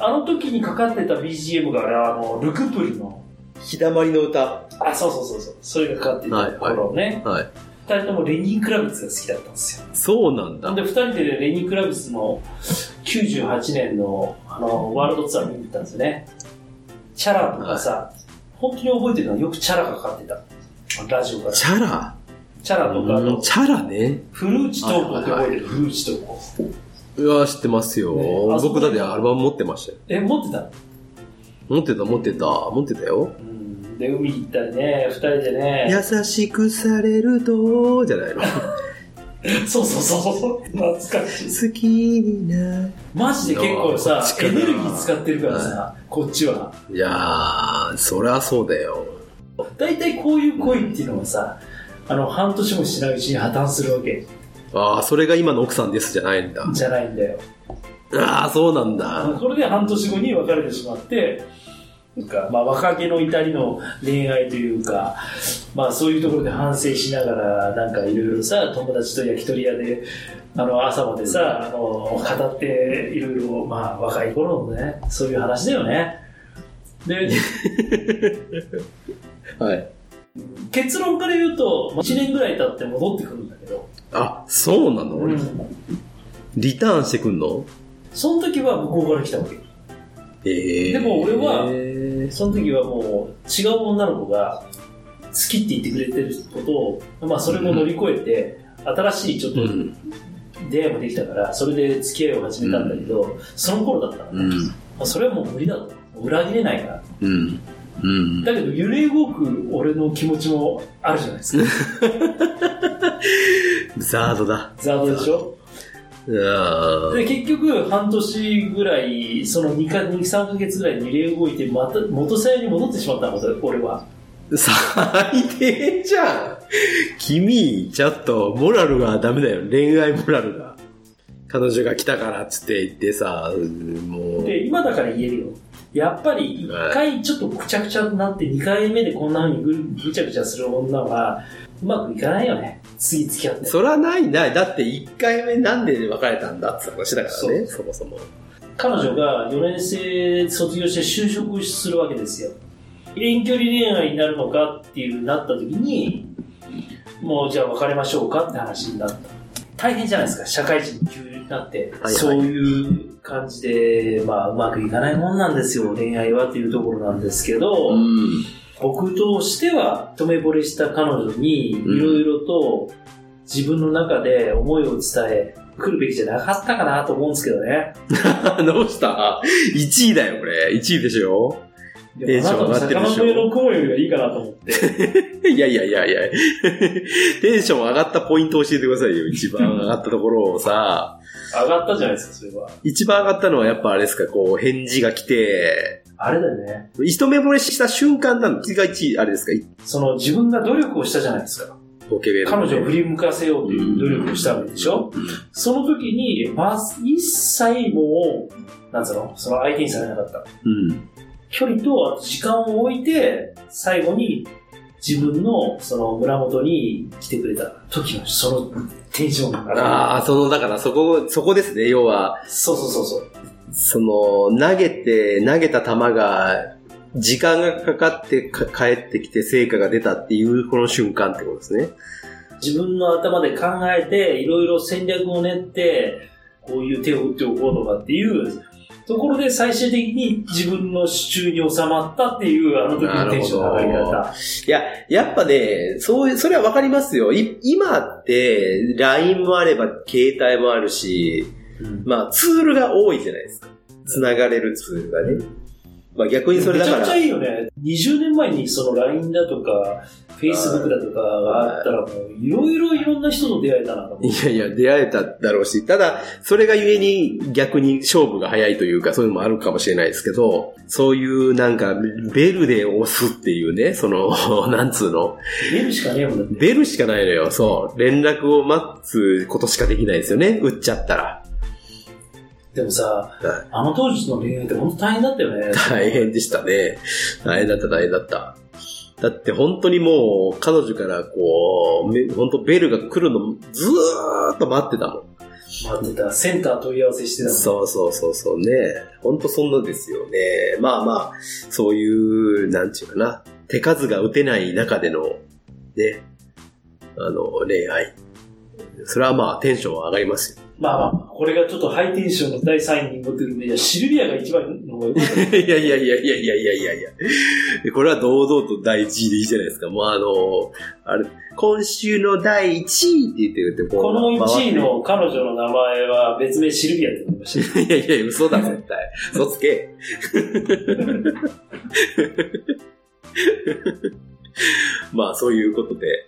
Speaker 2: あの時にかかってた BGM があれあのルクプリの
Speaker 3: 日だまりの歌。
Speaker 2: あそうそうそうそうそれがかかってたところをね、
Speaker 3: はい。
Speaker 2: 二人ともレニー・クラビッツが好きだったんですよ
Speaker 3: そうなん
Speaker 2: な
Speaker 3: だ
Speaker 2: んで。二人でレニー・クラビッツの98年のあのワールドツアー見に行ったんですよねチャラとかさ、本当に覚えてるのはよくチャラがかかってたラジオから
Speaker 3: チャラ。
Speaker 2: チャラとかあ
Speaker 3: う
Speaker 2: と
Speaker 3: んチャラね。
Speaker 2: 古内東子って覚えてる古内東子
Speaker 3: うわ、知ってますよ。
Speaker 2: ねあそこ
Speaker 3: 僕だってアルバム持ってましたよ。
Speaker 2: え持ってたの
Speaker 3: 持ってた、持ってた、持ってたよ。
Speaker 2: うんで海行ったりね二人でね
Speaker 3: 優しくされると、じゃないの。
Speaker 2: そうそうそうそう懐かしい
Speaker 3: 好きにな
Speaker 2: マジで結構さ
Speaker 3: あーこっちか
Speaker 2: エ
Speaker 3: な
Speaker 2: ネルギー使ってるからさ、こっちはい
Speaker 3: やー、そりゃそうだよ。
Speaker 2: 大体こういう恋っていうのはさあの半年もしないうちに破綻するわけ
Speaker 3: ああ、それが今の奥さんですじゃないんだ。
Speaker 2: じゃないんだよ
Speaker 3: ああ、そうなんだ。
Speaker 2: それで半年後に別れてしまってなんかまあ、若気の至りの恋愛というか、まあ、そういうところで反省しながらなんかいろいろさ友達と焼き鳥屋であの朝までさあの語っていろいろまあ若い頃のねそういう話だよねで
Speaker 3: はい。
Speaker 2: 結論から言うと、1年ぐらい経って戻ってくるんだけど、
Speaker 3: あ、そうなの、
Speaker 2: うん、
Speaker 3: リターンしてくんの
Speaker 2: その時は向こうから来たわけ。
Speaker 3: ええ
Speaker 2: でも俺は
Speaker 3: え
Speaker 2: その時はもう違う女の子が好きって言ってくれてることを、まあそれも乗り越えて、新しいちょっ
Speaker 3: う
Speaker 2: と
Speaker 3: ん。
Speaker 2: 出会いもできたから、それで付き合いを始めたんだけど、その頃だったら、
Speaker 3: う
Speaker 2: ま
Speaker 3: ん。
Speaker 2: あ、それはもう無理だと。裏切れないから。
Speaker 3: うん。うん。
Speaker 2: だけど揺れ動く俺の気持ちもあるじゃないですか。
Speaker 3: ザードだ。
Speaker 2: ザードでしょ
Speaker 3: うん。
Speaker 2: で、結局半年ぐらい、その2か、2、3ヶ月ぐらいに揺れ動いて、また元さやに戻ってしまったの、俺は。
Speaker 3: 最低じゃん君、ちょっと、モラルがダメだよ。恋愛モラルが。彼女が来たからっつって言ってさ、もう。
Speaker 2: で、今だから言えるよ。やっぱり1回ちょっとくちゃくちゃになって2回目でこんな風にぐぐちゃぐちゃする女はうまくいかないよね。次付き合って。
Speaker 3: そらないない。だって1回目なんで別れたんだって話だからね、そもそも。
Speaker 2: 彼女が4年生卒業して就職するわけですよ遠距離恋愛になるのかっていうなった時にもうじゃあ別れましょうかって話になった大変じゃないですか社会人急になって、
Speaker 3: はい
Speaker 2: そういう感じで、まあ、うまくいかないもんなんですよ恋愛はっていうところなんですけど、
Speaker 3: ん。
Speaker 2: 僕としては一目惚れした彼女にい
Speaker 3: ん
Speaker 2: ろいろと自分の中で思いを伝え来るべきじゃなかったかなと思うんですけどね
Speaker 3: [LAUGHS] どうした ?1 位だよ、これ。1位でしょテンション上がってるでしょ
Speaker 2: 魚の雲よりはいいかなと思って。
Speaker 3: いやいやいやいや。 [LAUGHS] テンション上がったポイントを教えてくださいよ。一番上がったところをさ。
Speaker 2: 上がったじゃないですか、それは。
Speaker 3: 一番上がったのはやっぱあれですか、こう、返事が来て、
Speaker 2: あれだよね。
Speaker 3: 一目惚れした瞬間なの。一が一、あれですか、一
Speaker 2: その自分が努力をしたじゃないですか。
Speaker 3: ポケベル。
Speaker 2: 彼女を振り向かせようという努力をしたわけでしょ。
Speaker 3: うん
Speaker 2: その時に、まず一切もう、なんつうのその相手にされなかった。
Speaker 3: うん。
Speaker 2: 距離とあと時間を置いて、最後に自分のその村元に来てくれた時のそのテンションが上
Speaker 3: あ
Speaker 2: が
Speaker 3: あ、その、だからそこ、そこですね、要は。
Speaker 2: る。そうそうそうそう。
Speaker 3: その、投げて、投げた球が、時間がかかってか帰ってきて成果が出たっていうこの瞬間ってことですね。
Speaker 2: 自分の頭で考えていろいろ戦略を練ってこういう手を打っておこうとかっていうところで最終的に自分の手中に収まったっていうあの時のテンションの上がり方
Speaker 3: いや、やっぱね、そういう、それはわかりますよ。い今って、LINE もあれば、携帯もあるし、まあ、ツールが多いじゃないですか。つながれるツールがね。まあ、逆にそれ
Speaker 2: め
Speaker 3: だ
Speaker 2: ち
Speaker 3: か
Speaker 2: ゃく
Speaker 3: ら
Speaker 2: ちゃ、いいよね20年前にその LINE だとか Facebook だとかがあったらもういろいろいろんな人と出会えたなと思
Speaker 3: いやいや、出会えただろうし、ただ、それがゆえに逆に勝負が早いというか、そういうのもあるかもしれないですけど、そういうなんか、ベルで押すっていうね、その、 [LAUGHS] なんつうの、
Speaker 2: う出るしかねえもんだって
Speaker 3: ベルしかないのよ、そう。連絡を待つことしかできないですよね、打っちゃったら。
Speaker 2: でもさ
Speaker 3: はい
Speaker 2: あの当時の恋愛って本当大変だった
Speaker 3: [LAUGHS]
Speaker 2: よね
Speaker 3: 大変でしたね。大変だった、大変だった。だって本当にもう、彼女からこうめ、本当ベルが来るのずーっと待ってたもん。
Speaker 2: 待ってたセンター問い合わせしてたもん
Speaker 3: そうそうそうそうね。ほんとそんなですよね。まあまあ、そういう、なんちゅうかな。手数が打てない中での、ね、あの、恋愛。それはまあ、テンションは上がります
Speaker 2: まあまあ、これがちょっとハイテンションの第3位に持ってるんで、いやシルビアが一番の方が良かった。
Speaker 3: よ。いやいやいやいやいやいやいやいや。これは堂々と第一位でいいじゃないですか。もうあの、あれ、今週の第一位って言ってるって、
Speaker 2: この1位
Speaker 3: 回って。
Speaker 2: の彼女の名前は別名シルビアって呼んでました。
Speaker 3: いやいや、嘘だ、絶対。嘘つけ。まあ、そういうことで、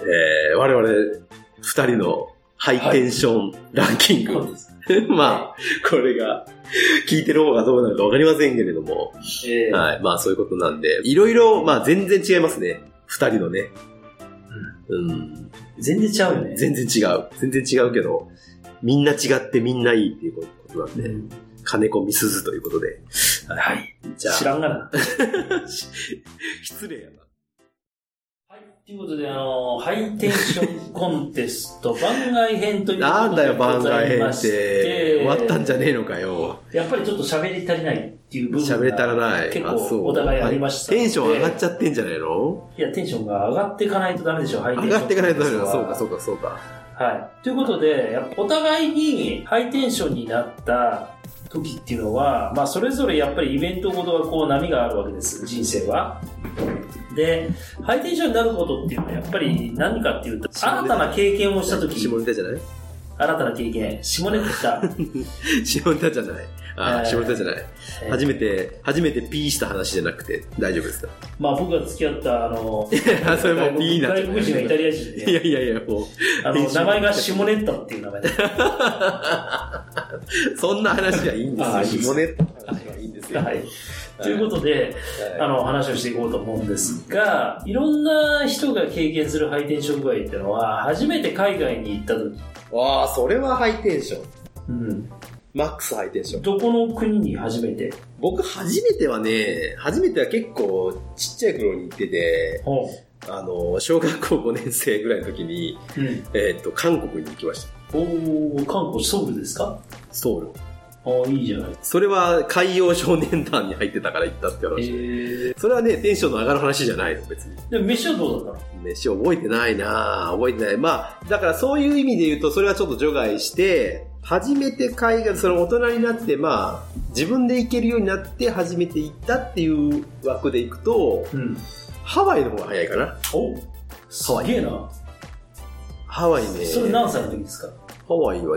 Speaker 3: えー、我々二人のハイテンション [LAUGHS] ランキング。 [LAUGHS] まあ、これが、聞いてる方がどうなるかわかりませんけれども、
Speaker 2: ええ
Speaker 3: はい、まあそういうことなんで、いろいろ、まあ全然違いますね。二人のね。うん。
Speaker 2: 全然ちゃうよね。
Speaker 3: 全然違う。全然違うけど、みんな違ってみんないいっていうことなんで、金子みすずということで。はい。じゃあ
Speaker 2: 知、らんがな。
Speaker 3: 失礼やな。
Speaker 2: ハイということで、あの、ハイテンションコンテスト [LAUGHS] 番外編ということで
Speaker 3: なんだよ、番外編
Speaker 2: ございま
Speaker 3: っ
Speaker 2: して
Speaker 3: て。終わったんじゃねえのかよ。
Speaker 2: やっぱりちょっと喋り足りないっていう部分が
Speaker 3: 喋れたらない。
Speaker 2: 結
Speaker 3: あそう
Speaker 2: 構お互いありましたので。
Speaker 3: テンション上がっちゃってんじゃないの
Speaker 2: いや、テンションが上がっていかないとダメでしょ、ハイテン
Speaker 3: 上
Speaker 2: ション。
Speaker 3: がっていかないとダメだ。そうか、そううか、そうか。
Speaker 2: か。はい。ということで、やっぱお互いにハイテンションになった時っていうのは、まあ、それぞれやっぱりイベントごとはこう波があるわけです、人生は。で、ハイテンションになることっていうのはやっぱり何かっていうと、新たな経験をした時、
Speaker 3: 下ネタじゃない
Speaker 2: 新たな経験、下ネ
Speaker 3: [LAUGHS]
Speaker 2: タ、
Speaker 3: 下ネタじゃない。
Speaker 2: えー
Speaker 3: あー、下ネタじゃない
Speaker 2: え。ー
Speaker 3: 初めて、初めてピーした話じゃなくて大丈
Speaker 2: [LAUGHS]
Speaker 3: 夫ですか
Speaker 2: まあ僕が付き合った、あの、
Speaker 3: あ [LAUGHS] それもうピーになっちゃ
Speaker 2: 外
Speaker 3: う
Speaker 2: 国人がイタリア人
Speaker 3: い
Speaker 2: で、
Speaker 3: やいやいや、も
Speaker 2: あの、名前が下ネタっていう名前で。
Speaker 3: う、そんな話はいいんで
Speaker 2: あーいいで
Speaker 3: す
Speaker 2: す
Speaker 3: よ。下ネタの話はいいんですよ。
Speaker 2: はい。ということで、
Speaker 3: はい
Speaker 2: あの、話をしていこうと思うんですが、いろんな人が経験するハイテンション具合っていうのは、初めて海外に行った時、
Speaker 5: わあ、それはハイテンション。
Speaker 2: うん、
Speaker 5: マックスハイテンション。
Speaker 2: どこの国に初めて、
Speaker 5: 僕、初めてはね、初めては結構ちっちゃい頃に行ってて、
Speaker 2: ほ
Speaker 5: あの、小学校5年生ぐらいの時に、
Speaker 2: ううん、
Speaker 5: えっと、韓国に行きました。
Speaker 2: おー韓国ソウルですか
Speaker 5: ソウル。
Speaker 2: ああ、いいじゃない。
Speaker 3: それは海洋少年団に入ってたから行ったって
Speaker 2: え
Speaker 3: 話。
Speaker 2: ー、
Speaker 3: それはね、テンションの上がる話じゃないの、別に。
Speaker 2: でも飯はどうだったの
Speaker 3: 飯覚えてないなぁ覚えてない。まあ、だからそういう意味で言うと、それはちょっと除外して、初めて海外、その大人になって、まあ、自分で行けるようになって、初めて行ったっていう枠で行くと、
Speaker 2: うん。
Speaker 3: ハワイの方が早いかな。
Speaker 2: おすげえな。
Speaker 3: ハワイね、
Speaker 2: それ何歳の時ですか
Speaker 3: ハワイは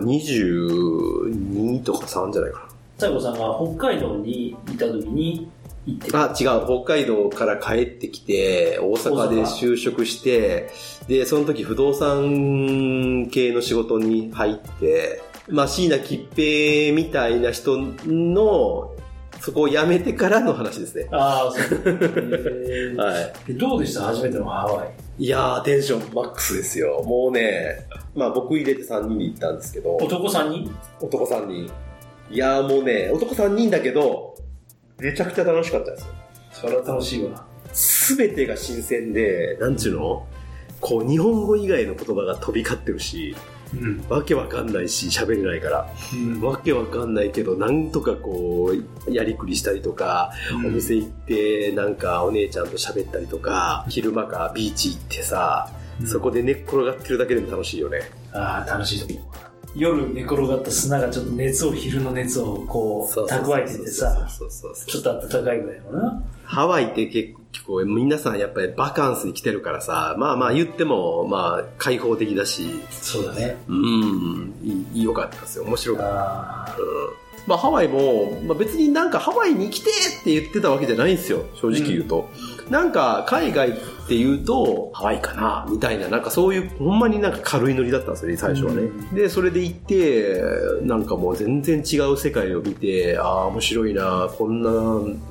Speaker 3: 22とか3じゃないか
Speaker 2: 太子さんが北海道にいた時に行って、
Speaker 3: な。あ、違う。北海道から帰ってきて、大阪で就職して、で、その時不動産系の仕事に入って、まあ、椎名桔平みたいな人の、そこを辞めてからの話ですね。
Speaker 2: ああ、そう。 [LAUGHS] えー
Speaker 3: はい。
Speaker 2: でどうでした初めてのハワイ。
Speaker 3: いやー、テンションマックスですよ。もうね、まあ僕入れて3人で行ったんですけど、
Speaker 2: 男さんに
Speaker 3: 男3人。いやーもうね、男3人だけど、めちゃくちゃ楽しかったですよ。
Speaker 2: それは楽しいわ。
Speaker 3: すべてが新鮮で、なんちゅうのこう、日本語以外の言葉が飛び交ってるし、
Speaker 2: うん。
Speaker 3: わけわかんないし、喋れないから。わけわかんないけど、なんとかこう、やりくりしたりとか、お店行って、なんかお姉ちゃんと喋ったりとか、昼間かビーチ行ってさ、そこで寝っ転がってるだけでも楽しいよね。
Speaker 2: ああ、楽しいと思うわ夜寝転がった砂がちょっと熱を、昼の熱をこう、
Speaker 3: そうそうそう
Speaker 2: 蓄えててさ、
Speaker 3: そうそうそう
Speaker 2: ちょっと暖かいぐらいのな。
Speaker 3: ハワイって結構皆さんやっぱりバカンスに来てるからさ、まあまあ言っても、まあ開放的だし、
Speaker 2: そうだね。
Speaker 3: うん、いい良かったですよ。面白かっ
Speaker 2: あ
Speaker 3: た。うんまあハワイも、まあ、別になんかハワイに来てって言ってたわけじゃないんですよ、正直言うと。なんか海外っていうと、ハワイかな、みたいな、なんかそういう、ほんまになんか軽いノリだったんですよね、最初はね。
Speaker 2: うん
Speaker 3: で、それで行って、なんかもう全然違う世界を見て、ああ、面白いな、こんな、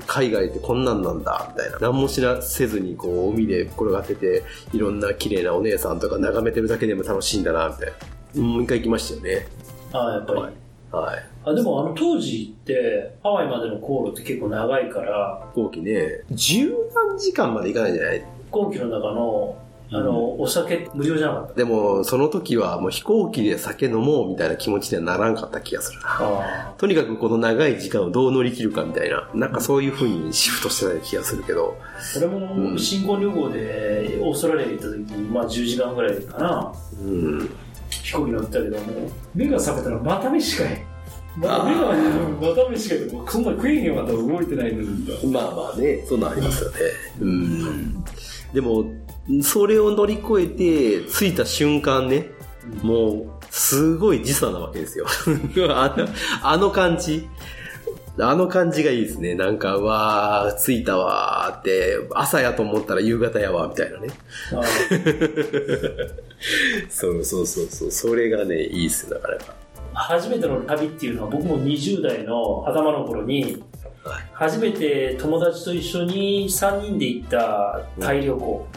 Speaker 3: 海外ってこんなんなんだ、みたいな。何もしなせずに、こう、海で転がってて、いろんな綺麗なお姉さんとか眺めてるだけでも楽しいんだな、みたいな。うんもう一回行きましたよね。
Speaker 2: あ、ああ、やっぱり。
Speaker 3: はいはい。
Speaker 2: あでもあの当時って、ハワイまでの航路って結構長いから、
Speaker 3: 飛行機ね、十何時間まで行かないんじゃない
Speaker 2: 飛行機の中のあの、お酒無料じゃなかった
Speaker 3: でも、その時はもう飛行機で酒飲もうみたいな気持ちにはならんかった気がするな。
Speaker 2: あ
Speaker 3: とにかくこの長い時間をどう乗り切るかみたいな、なんかそういう風にシフトしてない気がするけど、
Speaker 2: 俺も新婚旅行でオーストラリア行った時に、まあ、10時間ぐらいかな
Speaker 3: うん。
Speaker 2: 飛行機乗ったけども目が覚めたらまた飯かいま目がまた飯かいもうそんな食えへんわと動いてないのに
Speaker 3: まあまあね、そんなんありますよね。うん。でも、それを乗り越えて、着いた瞬間ね、もう、すごい時差なわけですよ。 [LAUGHS] あの、あの感じ。あの感じがいいですね。なんか、うわー、着いたわーって、朝やと思ったら夕方やわ、みたいなね。
Speaker 2: あ
Speaker 3: そうそうそうそう。それがね、いいっすよ、なかなか。
Speaker 2: 初めての旅っていうのは僕も20代の頭の頃に
Speaker 3: はい
Speaker 2: 初めて友達と一緒に3人で行ったタイ旅行、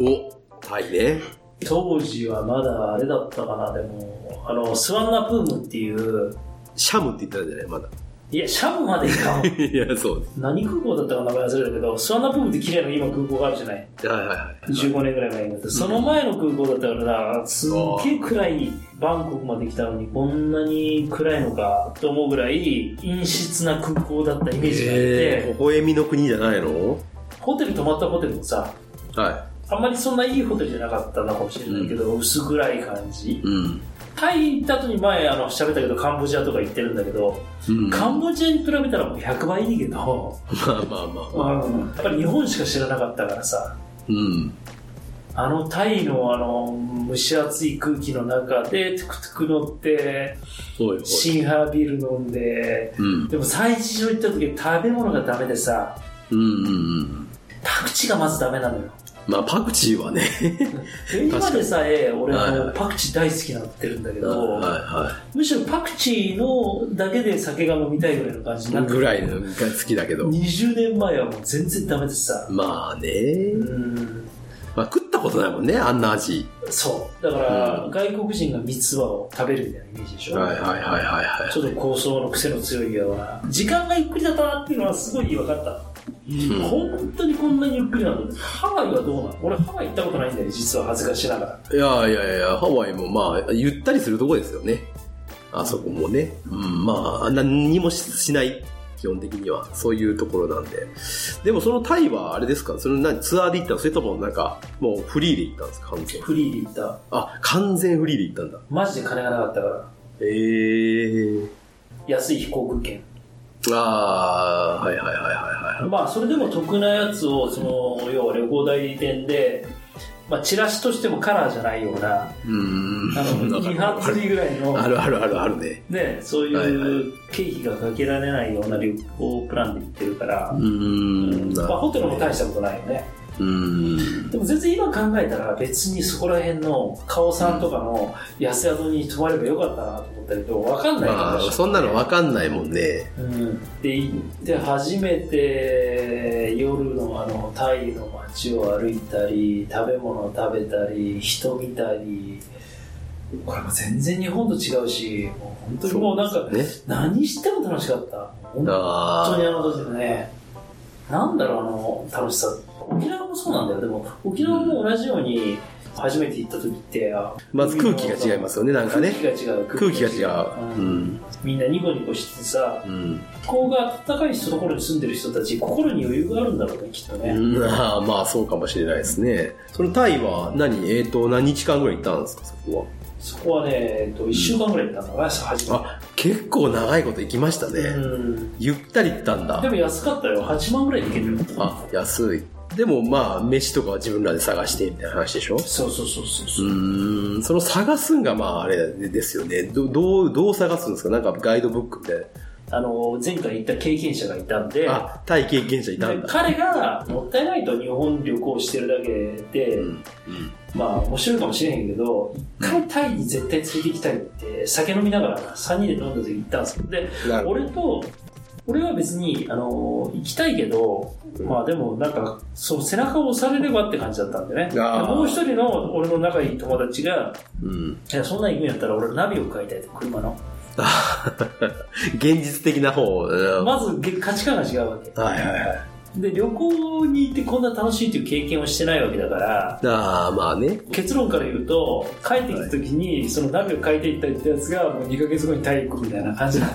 Speaker 3: おタイね。
Speaker 2: 当時はまだあれだったかなでもあのスワンナプームっていう
Speaker 3: シャムって言ったんじゃないまだ。
Speaker 2: いや、シャムまでいかん。
Speaker 3: いや、そうで
Speaker 2: 何空港だったか名前忘れたけど、スワンナプームって綺麗な今空港があるじゃない。
Speaker 3: す。はいはいはい。
Speaker 2: 15年ぐらい前になって、その前の空港だったからな、すっげえ暗いバンコクまで来たのに、こんなに暗いのかと思うぐらい、陰湿な空港だったイメージがあって、
Speaker 3: えー、微笑みの国じゃないの
Speaker 2: ホテル泊まったホテルもさ、
Speaker 3: は
Speaker 2: あんまりそんないいホテルじゃなかったのかもしれないけど、薄暗い感じ
Speaker 3: い。。うん。
Speaker 2: タイ行った後に前、あの、喋ったけど、カンボジアとか行ってるんだけど、
Speaker 3: うん、
Speaker 2: カンボジアに比べたらもう100倍いいけど、
Speaker 3: まあまあまあ。
Speaker 2: まあ、やっぱり日本しか知らなかったからさ、
Speaker 3: うん。
Speaker 2: あのタイのあの蒸し暑い空気の中でトゥクトゥク乗って
Speaker 3: そうよ。
Speaker 2: シンハービール飲んで
Speaker 3: うん。
Speaker 2: でも最初行った時食べ物がダメでさ
Speaker 3: うんうんうん。
Speaker 2: パクチーがまずダメなのよ
Speaker 3: まあ、パクチーはね。
Speaker 2: で今でさえ俺は
Speaker 3: はい
Speaker 2: も
Speaker 3: は
Speaker 2: う
Speaker 3: い
Speaker 2: パクチー大好きになってるんだけ
Speaker 3: はい
Speaker 2: ど、
Speaker 3: は
Speaker 2: むしろパクチーのだけで酒が飲みたいぐらいの感じになっ
Speaker 3: い。
Speaker 2: て
Speaker 3: ぐらいのが好きだけど。
Speaker 2: 20年前はもう全然ダメでさ
Speaker 3: まあね、
Speaker 2: うん
Speaker 3: まあ、食ったことないもんね、あんな味。
Speaker 2: そうだから、
Speaker 3: うん
Speaker 2: 外国人が三つ葉を食べるみたいなイメージでしょ、
Speaker 3: はいはいはいはいは
Speaker 2: ちょっと構想の癖の強いような時間がゆっくりだったなっていうのはすごい分かった、
Speaker 3: い。うん
Speaker 2: 本当にこんなにゆっくりなんだハワイはどうなの俺ハワイ行ったことないんだよ実は恥ずかしながら
Speaker 3: いやいやいや、ハワイもまあ、ゆったりするとこですよね。あそこもね。うん、まあ、何にもししない。基本的には。そういうところなんで。でもそのタイはあれですかその何ツアーで行ったのそれともなんか、もうフリーで行ったんですか完全。
Speaker 2: フリーで行った
Speaker 3: あ、完全フリーで行ったんだ。
Speaker 2: マジで金がなかったから
Speaker 3: ええ
Speaker 2: 安い飛行空券
Speaker 3: ー。ああ、はいはいはいはいはい。
Speaker 2: まあそれでも得なやつをその要は旅行代理店で、まあ、チラシとしてもカラーじゃないような
Speaker 3: うー
Speaker 2: あ
Speaker 3: ん。
Speaker 2: の
Speaker 3: わか
Speaker 2: 2
Speaker 3: るわ
Speaker 2: 半
Speaker 3: かる
Speaker 2: 釣りぐらいの
Speaker 3: [LAUGHS] あるあるあるあるね。
Speaker 2: ね、そういう経費がかけられないような旅行プランで行ってるから、
Speaker 3: うーん。
Speaker 2: まあ、ホテルも大したことないよね
Speaker 3: うーん。
Speaker 2: でも全然今考えたら別にそこら辺のカオさんとかの安宿に泊まればよかったなと思ったけど分かんないか
Speaker 3: ま
Speaker 2: もしれ
Speaker 3: あ、そんなのわかんないもんね。
Speaker 2: うん、で行って初めて夜のあのタイの街を歩いたり食べ物を食べたり人見たりこれも全然日本と違うしもう本当にもうなんか
Speaker 3: ね。
Speaker 2: 何しても楽しかった本
Speaker 3: あ
Speaker 2: 本当
Speaker 3: あ。
Speaker 2: にあの時のね、なんだろう、あの楽しさ、沖縄もそうなんだよ、でも沖縄も同じように、初めて行った時って、あ
Speaker 3: まず空気が違いますよね、なんか
Speaker 2: 空
Speaker 3: ね。
Speaker 2: 気が違う、
Speaker 3: 空気が違う。
Speaker 2: う
Speaker 3: う
Speaker 2: ん
Speaker 3: ん。
Speaker 2: みんなニコニコしてさ、
Speaker 3: うん。
Speaker 2: 気候が暖かいところに住んでる人たち、心に余裕があるんだろうね、きっとね。
Speaker 3: うんあーまあ、そうかもしれないですね。そのタイは何、えっ、と、何日間ぐらい行ったんですか、そこ
Speaker 2: そこはね、えっと、1週間ぐらい行ったんだな、初め
Speaker 3: は。あ、結構長いこと行きましたね。
Speaker 2: て。うん
Speaker 3: ゆったり行ったんだ
Speaker 2: で。も安かったよ、8万ぐらいで行けるよ。
Speaker 3: あ、安い。でもまあ、飯とかは自分らで探してみたいな話でしょ
Speaker 2: そうそうそうそう
Speaker 3: う
Speaker 2: そう。
Speaker 3: ーん、その探すんがまあ、あれですよね。どどう、どう探すんですかなんかガイドブックみたいな。
Speaker 2: あの、前回行った経験者がいたんで、
Speaker 3: あ、タイ経験者いたんだ。
Speaker 2: 彼がもったいないと日本旅行してるだけで、
Speaker 3: うん。
Speaker 2: まあ面白いかもしれへんけど一回タイに絶対連れて行きたいって酒飲みながら3人で飲んだ時行ったんですよで
Speaker 3: なるほど。
Speaker 2: 俺と俺は別にあの行きたいけど、
Speaker 3: うん
Speaker 2: まあでもなんかその背中を押されればって感じだったんでねで
Speaker 3: あー
Speaker 2: もう一人の俺の仲いい友達が
Speaker 3: うん。
Speaker 2: 「いやそんなん行くんやったら俺ナビを買いたい」と車の
Speaker 3: 現実的な方。うん
Speaker 2: まずげ価値観が違うわけ
Speaker 3: はいはいはい。
Speaker 2: で旅行に行ってこんな楽しいっていう経験をしてないわけだから
Speaker 3: ああ、まあね。 [LAUGHS]
Speaker 2: 結論から言うと帰ってきた時に、その鍋を変えていったってやつがもう2ヶ月後にタイ行くみたいな感じの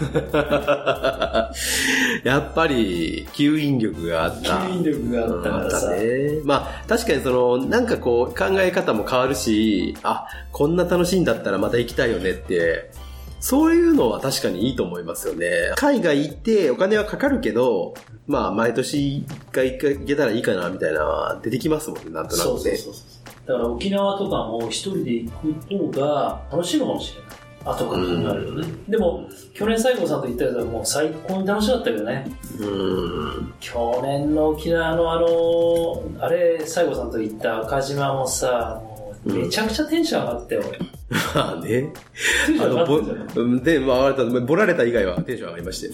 Speaker 3: やっぱり、吸引力があった。
Speaker 2: 吸引力があったからさ、
Speaker 3: あったね。まあ、確かにその、なんかこう、考え方も変わるし、あ、こんな楽しいんだったらまた行きたいよねって、そういうのは確かにいいと思いますよね。海外行ってお金はかかるけど、まあ、毎年一回行けたらいいかな、みたいな、出てきますもんね、なんとなくね。
Speaker 2: そうそうそうそうだから沖縄とかも一人で行く方が楽しいのかもしれない後から考えるとね、でも去年西郷さんと行ったやつはもう最高に楽しかったけどね
Speaker 3: うん。 [LAUGHS]
Speaker 2: 去年の沖縄のあのあれ西郷さんと行った赤島もさもうめちゃくちゃテンション上がったよ、俺テ
Speaker 3: まあね。
Speaker 2: ンショ
Speaker 3: あ
Speaker 2: ン上
Speaker 3: の、
Speaker 2: が
Speaker 3: ぼ
Speaker 2: ったじゃない、
Speaker 3: うんで、まあ、あれだボラれた以外はテンション上がりまして。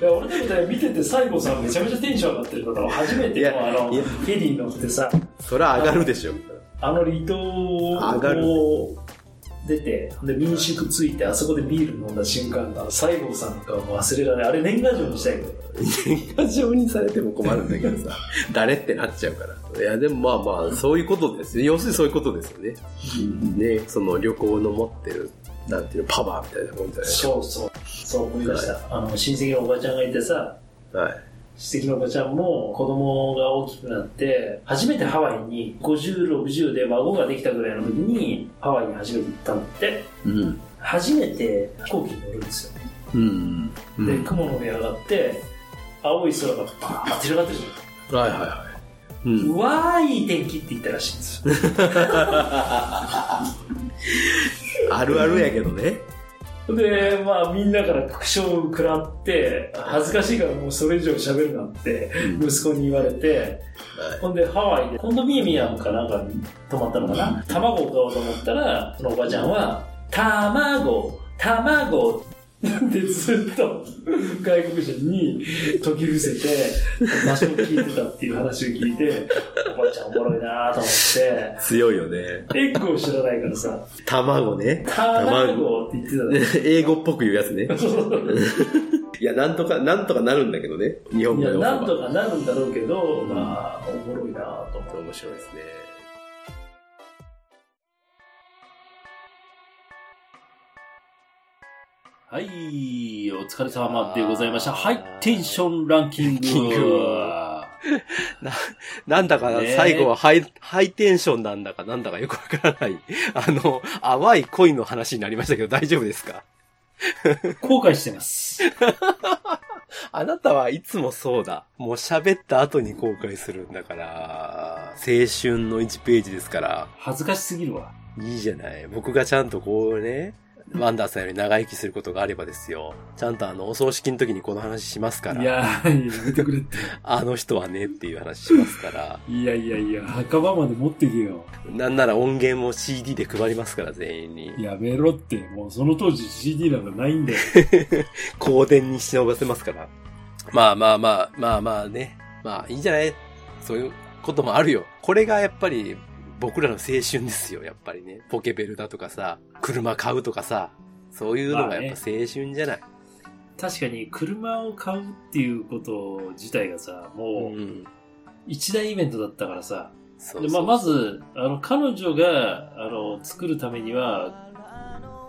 Speaker 2: いや俺でもね見てて西郷さんめちゃめちゃテンション上がってるから初め
Speaker 3: い
Speaker 2: て
Speaker 3: や
Speaker 2: もうあの
Speaker 3: いや
Speaker 2: フェリー乗ってさ
Speaker 3: そりゃ上がるでしょ。
Speaker 2: あの離島を
Speaker 3: 上がる
Speaker 2: こう出てで民宿着いてあそこでビール飲んだ瞬間が西郷さんの顔も忘れられないあれ年賀状にしたいけど
Speaker 3: 過剰にされても困
Speaker 6: 困るんだけどさ、 [LAUGHS] 誰ってなっちゃうから。いや、でもまあまあ、そういうことですね。要するにそういうことですよね。ね、その旅行の持ってる、なんていうの、パワーみたいなもんじゃないです
Speaker 2: そうそうそう思い出した、あの親戚のおばちゃんがいてさ
Speaker 6: か。はい。
Speaker 2: 親戚のおばちゃんも子供が大きくなって初めてハワイに5060で孫ができたぐらいの時にハワイに初めて行ったんだって
Speaker 6: うん。
Speaker 2: 初めて飛行機に乗るんですよ、
Speaker 6: うん。
Speaker 2: で雲の上上がって青い空がバーって広がってるじゃん
Speaker 6: はいはいはい。うん。
Speaker 2: うわーいい天気って言ったらしいんですよ
Speaker 6: あるあるやけどね。
Speaker 2: でまあみんなから苦笑を食らって恥ずかしいからもうそれ以上喋るなって
Speaker 6: うん
Speaker 2: 息子に言われてほんでハワイでコンドミニアムかなんかに泊まったのかな卵を買おうと思ったらそのおばちゃんは「卵卵」ってずっと外国人に説き伏せて場所を聞いてたっていう話を聞いておばちゃんおもろいなと思っ
Speaker 6: 強いよね。
Speaker 2: てエッグを知らないからさ
Speaker 6: 卵ね。
Speaker 2: 卵って言ってたね。
Speaker 6: [LAUGHS] 英語っぽく言うやつね。いや、なんとか、なんとかなるんだけどね。日本
Speaker 2: い
Speaker 6: 語
Speaker 2: や、
Speaker 6: で
Speaker 2: なんと
Speaker 6: か。
Speaker 2: かなるんだろうけど、
Speaker 6: ん
Speaker 2: まあ、おもろいなと思って。
Speaker 6: 面白いですね。
Speaker 4: はい、お疲れ様でございました。ハイテンションランキング。
Speaker 3: ングなんだか
Speaker 4: ねえ
Speaker 3: 最後はハイ、ハイテンションなんだかなんだかよくわからない。 [LAUGHS] あの、淡い恋の話になりましたけど大丈夫ですか
Speaker 4: 後悔してます。
Speaker 3: あなたはいつもそうだ。もう喋った後に後悔するんだから、青春の1ページですから、
Speaker 4: 恥ずかしすぎるわ。
Speaker 3: いいじゃない。僕がちゃんとこうね、ワンダーさんより長生きすることがあればですよ。ちゃんとあの、お葬式の時にこの話しますか
Speaker 4: い
Speaker 3: ら、
Speaker 4: やー、やめてくれって。
Speaker 3: あの人はねっていう話しますから、
Speaker 4: いやいやいや、墓場まで持ってけよ。
Speaker 3: なんなら音源も CD で配りますから、全員に。
Speaker 4: やめろって、もうその当時 CD なんかないんだ
Speaker 2: [LAUGHS]
Speaker 4: よ。
Speaker 3: 公電に忍ばせますから。まあまあまあ、まあまあね。まあいいんじゃないそういうこともあるよ。これがやっぱり僕らの青春ですよ、やっぱりね。ポケベルだとかさ、車買うとかさ、そういうのがやっぱ青春じゃない。
Speaker 4: 確かに、車を買うっていうこと自体がさ、も
Speaker 3: う。
Speaker 4: うん一大イベントだったからさ。
Speaker 3: そう
Speaker 4: で
Speaker 3: そう
Speaker 4: まあ、まず、あの、彼女が、あの、作るためには、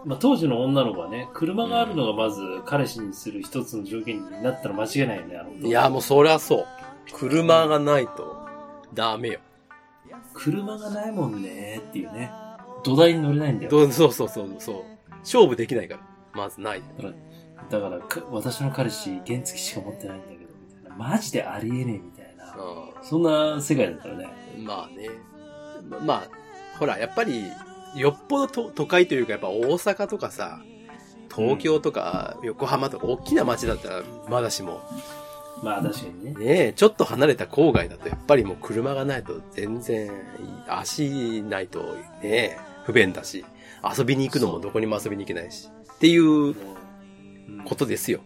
Speaker 4: まあ、当時の女の子はね、車があるのがまず彼氏にする一つの条件になったら間違いないよね、あの
Speaker 3: いや、もうそりゃそう。車がないとダメよ。
Speaker 4: 車がないもんねっていうね土台に乗れないんだよ
Speaker 3: どうそうそうそうそう。勝負できないから。まずない。
Speaker 4: だからか私の彼氏原付しか持ってないんだけどみたいなマジでありえねえみたいな
Speaker 3: うん。
Speaker 4: そんな世界だったらね
Speaker 3: まあね。ままあ、ほら、やっぱり、よっぽどと都会というか、やっぱ大阪とかさ、東京とか横浜とか大きな街だったら、まだしも、
Speaker 4: まあ確かにね
Speaker 3: ねえ、ちょっと離れた郊外だと、やっぱりもう車がないと全然、足ないとね、不便だし、遊びに行くのもどこにも遊びに行けないし、っていう
Speaker 4: うん
Speaker 3: ことですよ。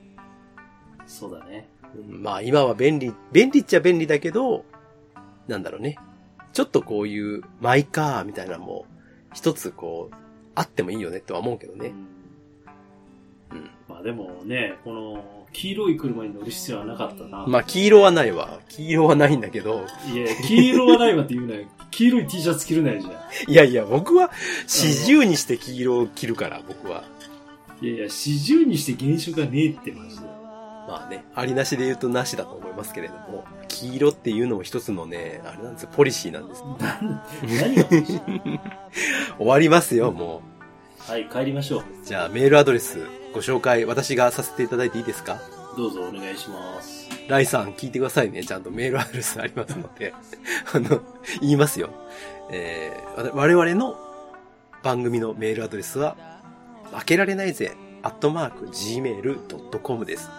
Speaker 4: そうだね
Speaker 3: まあ今は便利、便利っちゃ便利だけど、なんだろうね。ちょっとこういうマイカーみたいなのも、一つこう、あってもいいよねとは思うけど
Speaker 4: う
Speaker 3: ね。
Speaker 4: ん
Speaker 3: うん
Speaker 4: まあでもねこの黄色い車に乗る必要はなかったな、
Speaker 3: まあ黄色はないわ。黄色はないんだけど、
Speaker 4: いや黄色はないわって言うなよ黄色い T シャツ着るないじゃん
Speaker 3: いやいや、僕は四十にして黄色を着るから、僕は。
Speaker 4: いやいや四十にして現象がねえってマジで
Speaker 3: まあね、ありなしで言うとなしだと思いますけれども、黄色っていうのも一つのね、あれなんですよ、ポリシーなんです。
Speaker 4: 何が欲しい
Speaker 3: 終わりますよ、も
Speaker 4: はい帰りましょう
Speaker 3: う。じゃあメールアドレス、ご紹介、私がさせていただいていいですか
Speaker 4: どうぞお願いします
Speaker 3: ライさん聞いてくださいね。ちゃんとメールアドレスありますので、 [LAUGHS] あの、言いますよ。えーわ我々の番組のメールアドレスは、負けられないぜ、アットマーク、gmail.com です。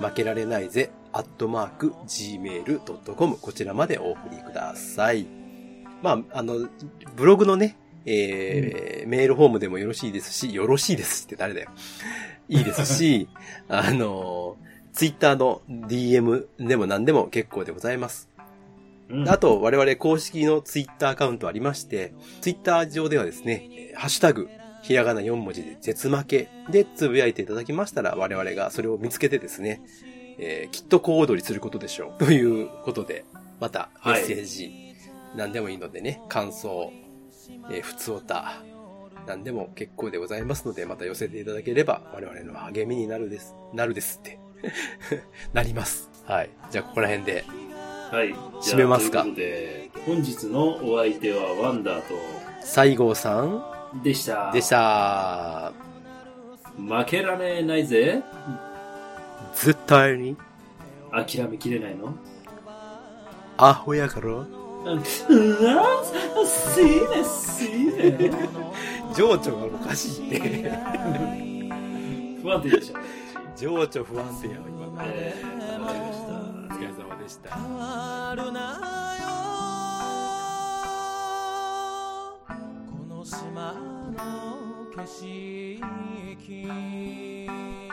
Speaker 3: 負けられないぜ、アットマーク、gmail.com、こちらまでお送りください。まあ、あの、ブログのね、えーメールフォームでもよろしいですし、よろしいですって誰だよ。いいですし、あの、ツイッターの DM でも何でも結構でございます。
Speaker 4: うん
Speaker 3: あと、我々公式のツイッターアカウントありまして、ツイッター上ではですね、えーハッシュタグ、ひらがな4文字で絶負けでつぶやいていただきましたら、我々がそれを見つけてですね、えーきっと小踊りすることでしょう。と [LAUGHS] いうことで、またメ
Speaker 2: はい
Speaker 3: ッセージ、何でもいいのでね、感想、えーふつおた、何でも結構でございますので、また寄せていただければ、我々の励みになるです、なるですって、 [LAUGHS] なります。はい。じゃあ、ここら辺で、
Speaker 2: はい。じゃあ
Speaker 3: 締めますか
Speaker 2: ということで、本日のお相手はワンダーと、
Speaker 3: 西郷さん
Speaker 2: でした。
Speaker 3: でし。た。
Speaker 2: 負けられないぜ。
Speaker 3: 絶対に、
Speaker 2: 諦めきれないの
Speaker 3: アホやから。
Speaker 2: うんうわすいね、すいね。
Speaker 3: 情緒がおかしいね。
Speaker 2: 不安定でしたね。
Speaker 3: 情緒不安定やわ、今の。
Speaker 2: えー、わかりました。
Speaker 3: お疲れ様でした。
Speaker 7: あるなよこの島の景色